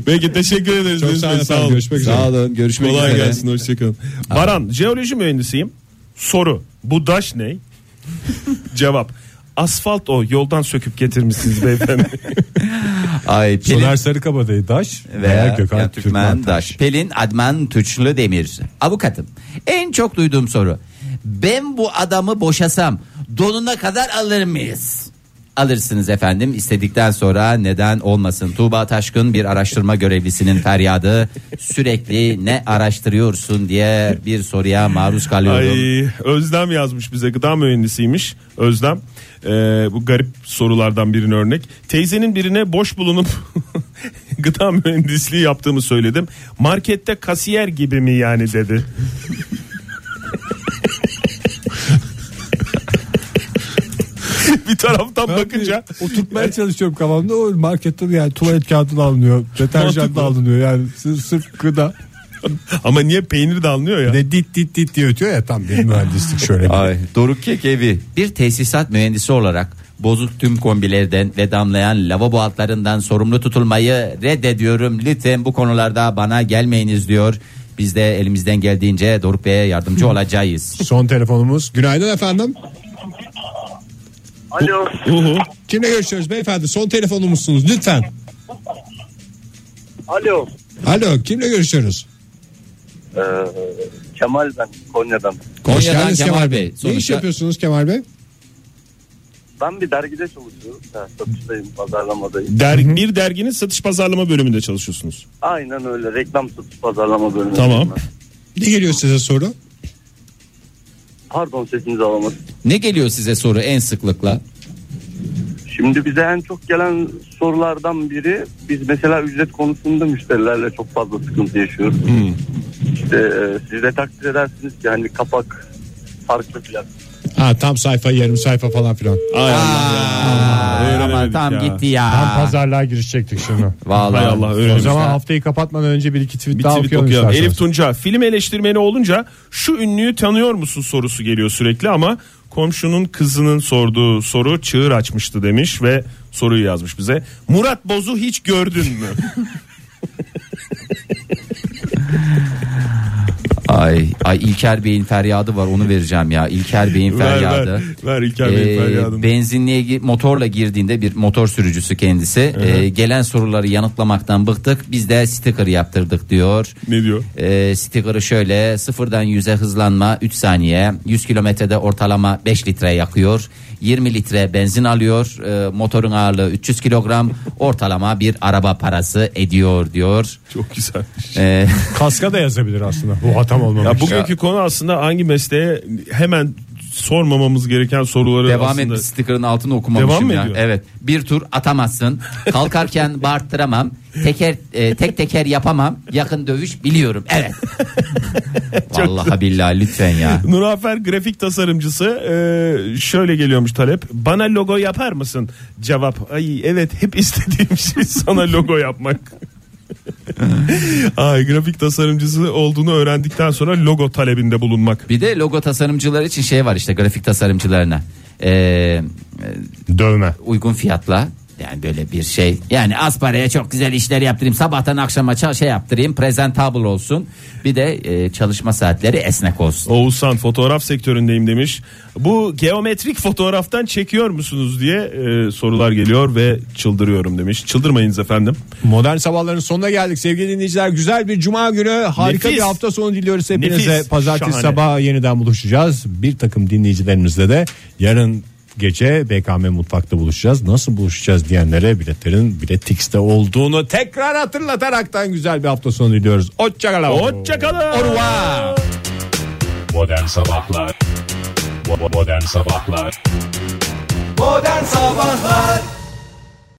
[SPEAKER 4] Peki teşekkür ederiz.
[SPEAKER 7] Çok
[SPEAKER 4] Deniz
[SPEAKER 7] sağ
[SPEAKER 4] Bey,
[SPEAKER 7] olun. efendim, Görüşmek üzere.
[SPEAKER 3] Sağ olun görüşmek
[SPEAKER 4] Kolay
[SPEAKER 3] üzere.
[SPEAKER 4] gelsin hoşçakalın. Baran jeoloji mühendisiyim. Soru bu daş ne? Cevap asfalt o yoldan söküp getirmişsiniz beyefendi.
[SPEAKER 3] Ay Pelin
[SPEAKER 2] Soner Sarıkabadayı Daş
[SPEAKER 3] veya
[SPEAKER 2] Gökhan
[SPEAKER 3] Gökhan Türkmen
[SPEAKER 2] Türkmen
[SPEAKER 3] Daş. Pelin Adman Tüçlü Demir. Avukatım. En çok duyduğum soru. Ben bu adamı boşasam donuna kadar alır mıyız? Alırsınız efendim istedikten sonra neden olmasın Tuğba Taşkın bir araştırma görevlisinin feryadı sürekli ne araştırıyorsun diye bir soruya maruz kalıyorum.
[SPEAKER 4] Ay, Özlem yazmış bize gıda mühendisiymiş Özlem. Ee, bu garip sorulardan birine örnek. Teyzenin birine boş bulunup gıda mühendisliği yaptığımı söyledim. Markette kasiyer gibi mi yani dedi. bir taraftan bakınca
[SPEAKER 2] Oturtmaya çalışıyorum kafamda o marketten yani tuvalet kağıdı da alınıyor deterjan
[SPEAKER 4] Mantıklı.
[SPEAKER 2] da alınıyor yani sırf, sırf gıda
[SPEAKER 4] ama niye peynir de anlıyor ya.
[SPEAKER 2] ne dit dit dit diye ötüyor ya tam bir mühendislik şöyle bir.
[SPEAKER 3] Ay, Doruk Kek evi. Bir tesisat mühendisi olarak bozuk tüm kombilerden ve damlayan lavabo altlarından sorumlu tutulmayı reddediyorum. Lütfen bu konularda bana gelmeyiniz diyor. Biz de elimizden geldiğince Doruk Bey'e yardımcı olacağız.
[SPEAKER 2] Son telefonumuz.
[SPEAKER 7] Günaydın efendim.
[SPEAKER 6] Alo.
[SPEAKER 4] Uhu.
[SPEAKER 7] Kimle görüşüyoruz beyefendi? Son telefonumuzsunuz lütfen.
[SPEAKER 6] Alo.
[SPEAKER 7] Alo kimle görüşüyoruz?
[SPEAKER 6] Ee, Kemal ben Konya'dan.
[SPEAKER 7] Hoş
[SPEAKER 5] Konya'dan
[SPEAKER 7] geldiniz
[SPEAKER 5] Kemal
[SPEAKER 7] Kemal
[SPEAKER 5] Bey.
[SPEAKER 7] Bey. Ne iş
[SPEAKER 5] Sonuçta-
[SPEAKER 7] yapıyorsunuz Kemal Bey?
[SPEAKER 6] Ben bir dergide çalışıyorum. Ha, Satıştayım, pazarlamadayım.
[SPEAKER 4] Der, bir derginin satış pazarlama bölümünde çalışıyorsunuz.
[SPEAKER 6] Aynen öyle. Reklam satış pazarlama bölümü.
[SPEAKER 4] Tamam.
[SPEAKER 7] Ne geliyor size soru?
[SPEAKER 6] Pardon sesinizi alamadım.
[SPEAKER 5] Ne geliyor size soru en sıklıkla?
[SPEAKER 6] Şimdi bize en çok gelen sorulardan biri biz mesela ücret konusunda müşterilerle çok fazla sıkıntı yaşıyoruz. İşte e, siz de takdir edersiniz ki hani kapak farklı fiyat.
[SPEAKER 7] Ha tam sayfa yarım sayfa falan filan.
[SPEAKER 4] Ay Allah
[SPEAKER 3] Aa, ama
[SPEAKER 4] öğrenemedik
[SPEAKER 3] tam
[SPEAKER 4] ya.
[SPEAKER 3] gitti ya.
[SPEAKER 2] Tam pazarlığa girişecektik şunu.
[SPEAKER 4] Hay
[SPEAKER 3] Vallahi.
[SPEAKER 4] Allah
[SPEAKER 2] O
[SPEAKER 4] öğrenemedik.
[SPEAKER 2] zaman haftayı kapatmadan önce bir iki tweet
[SPEAKER 4] Bir
[SPEAKER 2] daha
[SPEAKER 4] tweet
[SPEAKER 2] okuyalım
[SPEAKER 4] okuyalım.
[SPEAKER 2] isterseniz.
[SPEAKER 4] Elif Tunca film eleştirmeni olunca şu ünlüyü tanıyor musun sorusu geliyor sürekli ama komşunun kızının sorduğu soru çığır açmıştı demiş ve soruyu yazmış bize. Murat Boz'u hiç gördün mü?
[SPEAKER 3] Ay, ay İlker Bey'in feryadı var onu vereceğim ya. İlker Bey'in
[SPEAKER 4] ver,
[SPEAKER 3] feryadı.
[SPEAKER 4] ver, ver İlker
[SPEAKER 3] Ee,
[SPEAKER 4] Bey'in feryadını.
[SPEAKER 3] benzinliğe gi- motorla girdiğinde bir motor sürücüsü kendisi ee, gelen soruları yanıtlamaktan bıktık. Biz de sticker yaptırdık diyor.
[SPEAKER 4] ne diyor?
[SPEAKER 3] E, sticker'ı şöyle sıfırdan 100'e hızlanma 3 saniye 100 kilometrede ortalama 5 litre yakıyor 20 litre benzin alıyor Ee, motorun ağırlığı 300 kilogram ortalama bir araba parası ediyor diyor
[SPEAKER 4] Çok güzelmiş.
[SPEAKER 3] Ee,
[SPEAKER 2] Kaska da yazabilir aslında. Bu hatam olmamış.
[SPEAKER 4] Ya bugünkü konu aslında hangi mesleğe hemen sormamamız gereken soruları
[SPEAKER 3] devam
[SPEAKER 4] aslında.
[SPEAKER 3] et sticker'ın altını okumamışım
[SPEAKER 4] Devam mı
[SPEAKER 3] ya
[SPEAKER 4] ediyor?
[SPEAKER 3] evet bir tur atamazsın kalkarken bağırttıramam teker e, tek teker yapamam yakın dövüş biliyorum evet vallahi billahi lütfen ya
[SPEAKER 4] Nurafer grafik tasarımcısı e, şöyle geliyormuş talep. Bana logo yapar mısın? Cevap. Ay evet hep istediğim şey sana logo yapmak. Ay grafik tasarımcısı olduğunu öğrendikten sonra logo talebinde bulunmak.
[SPEAKER 3] Bir de logo tasarımcıları için şey var işte grafik tasarımcılarına. Ee, e,
[SPEAKER 2] Dövme.
[SPEAKER 3] uygun fiyatla yani böyle bir şey. Yani az paraya çok güzel işler yaptırayım. Sabahtan akşama ça- şey yaptırayım. Presentable olsun. Bir de e, çalışma saatleri esnek olsun.
[SPEAKER 4] Oğuzhan fotoğraf sektöründeyim demiş. Bu geometrik fotoğraftan çekiyor musunuz diye e, sorular geliyor ve çıldırıyorum demiş. Çıldırmayınız efendim.
[SPEAKER 2] Modern sabahların sonuna geldik sevgili dinleyiciler. Güzel bir cuma günü, harika
[SPEAKER 4] Nefis.
[SPEAKER 2] bir hafta sonu diliyoruz hepinize.
[SPEAKER 4] Nefis,
[SPEAKER 2] Pazartesi
[SPEAKER 4] şahane.
[SPEAKER 2] sabahı yeniden buluşacağız. Bir takım dinleyicilerimizle de yarın gece BKM mutfakta buluşacağız. Nasıl buluşacağız diyenlere biletlerin biletikste olduğunu tekrar hatırlataraktan güzel bir hafta sonu diliyoruz. Hoşçakalın.
[SPEAKER 4] Hoşçakalın.
[SPEAKER 16] Modern Sabahlar Bo- Modern Sabahlar
[SPEAKER 2] Modern sabahlar.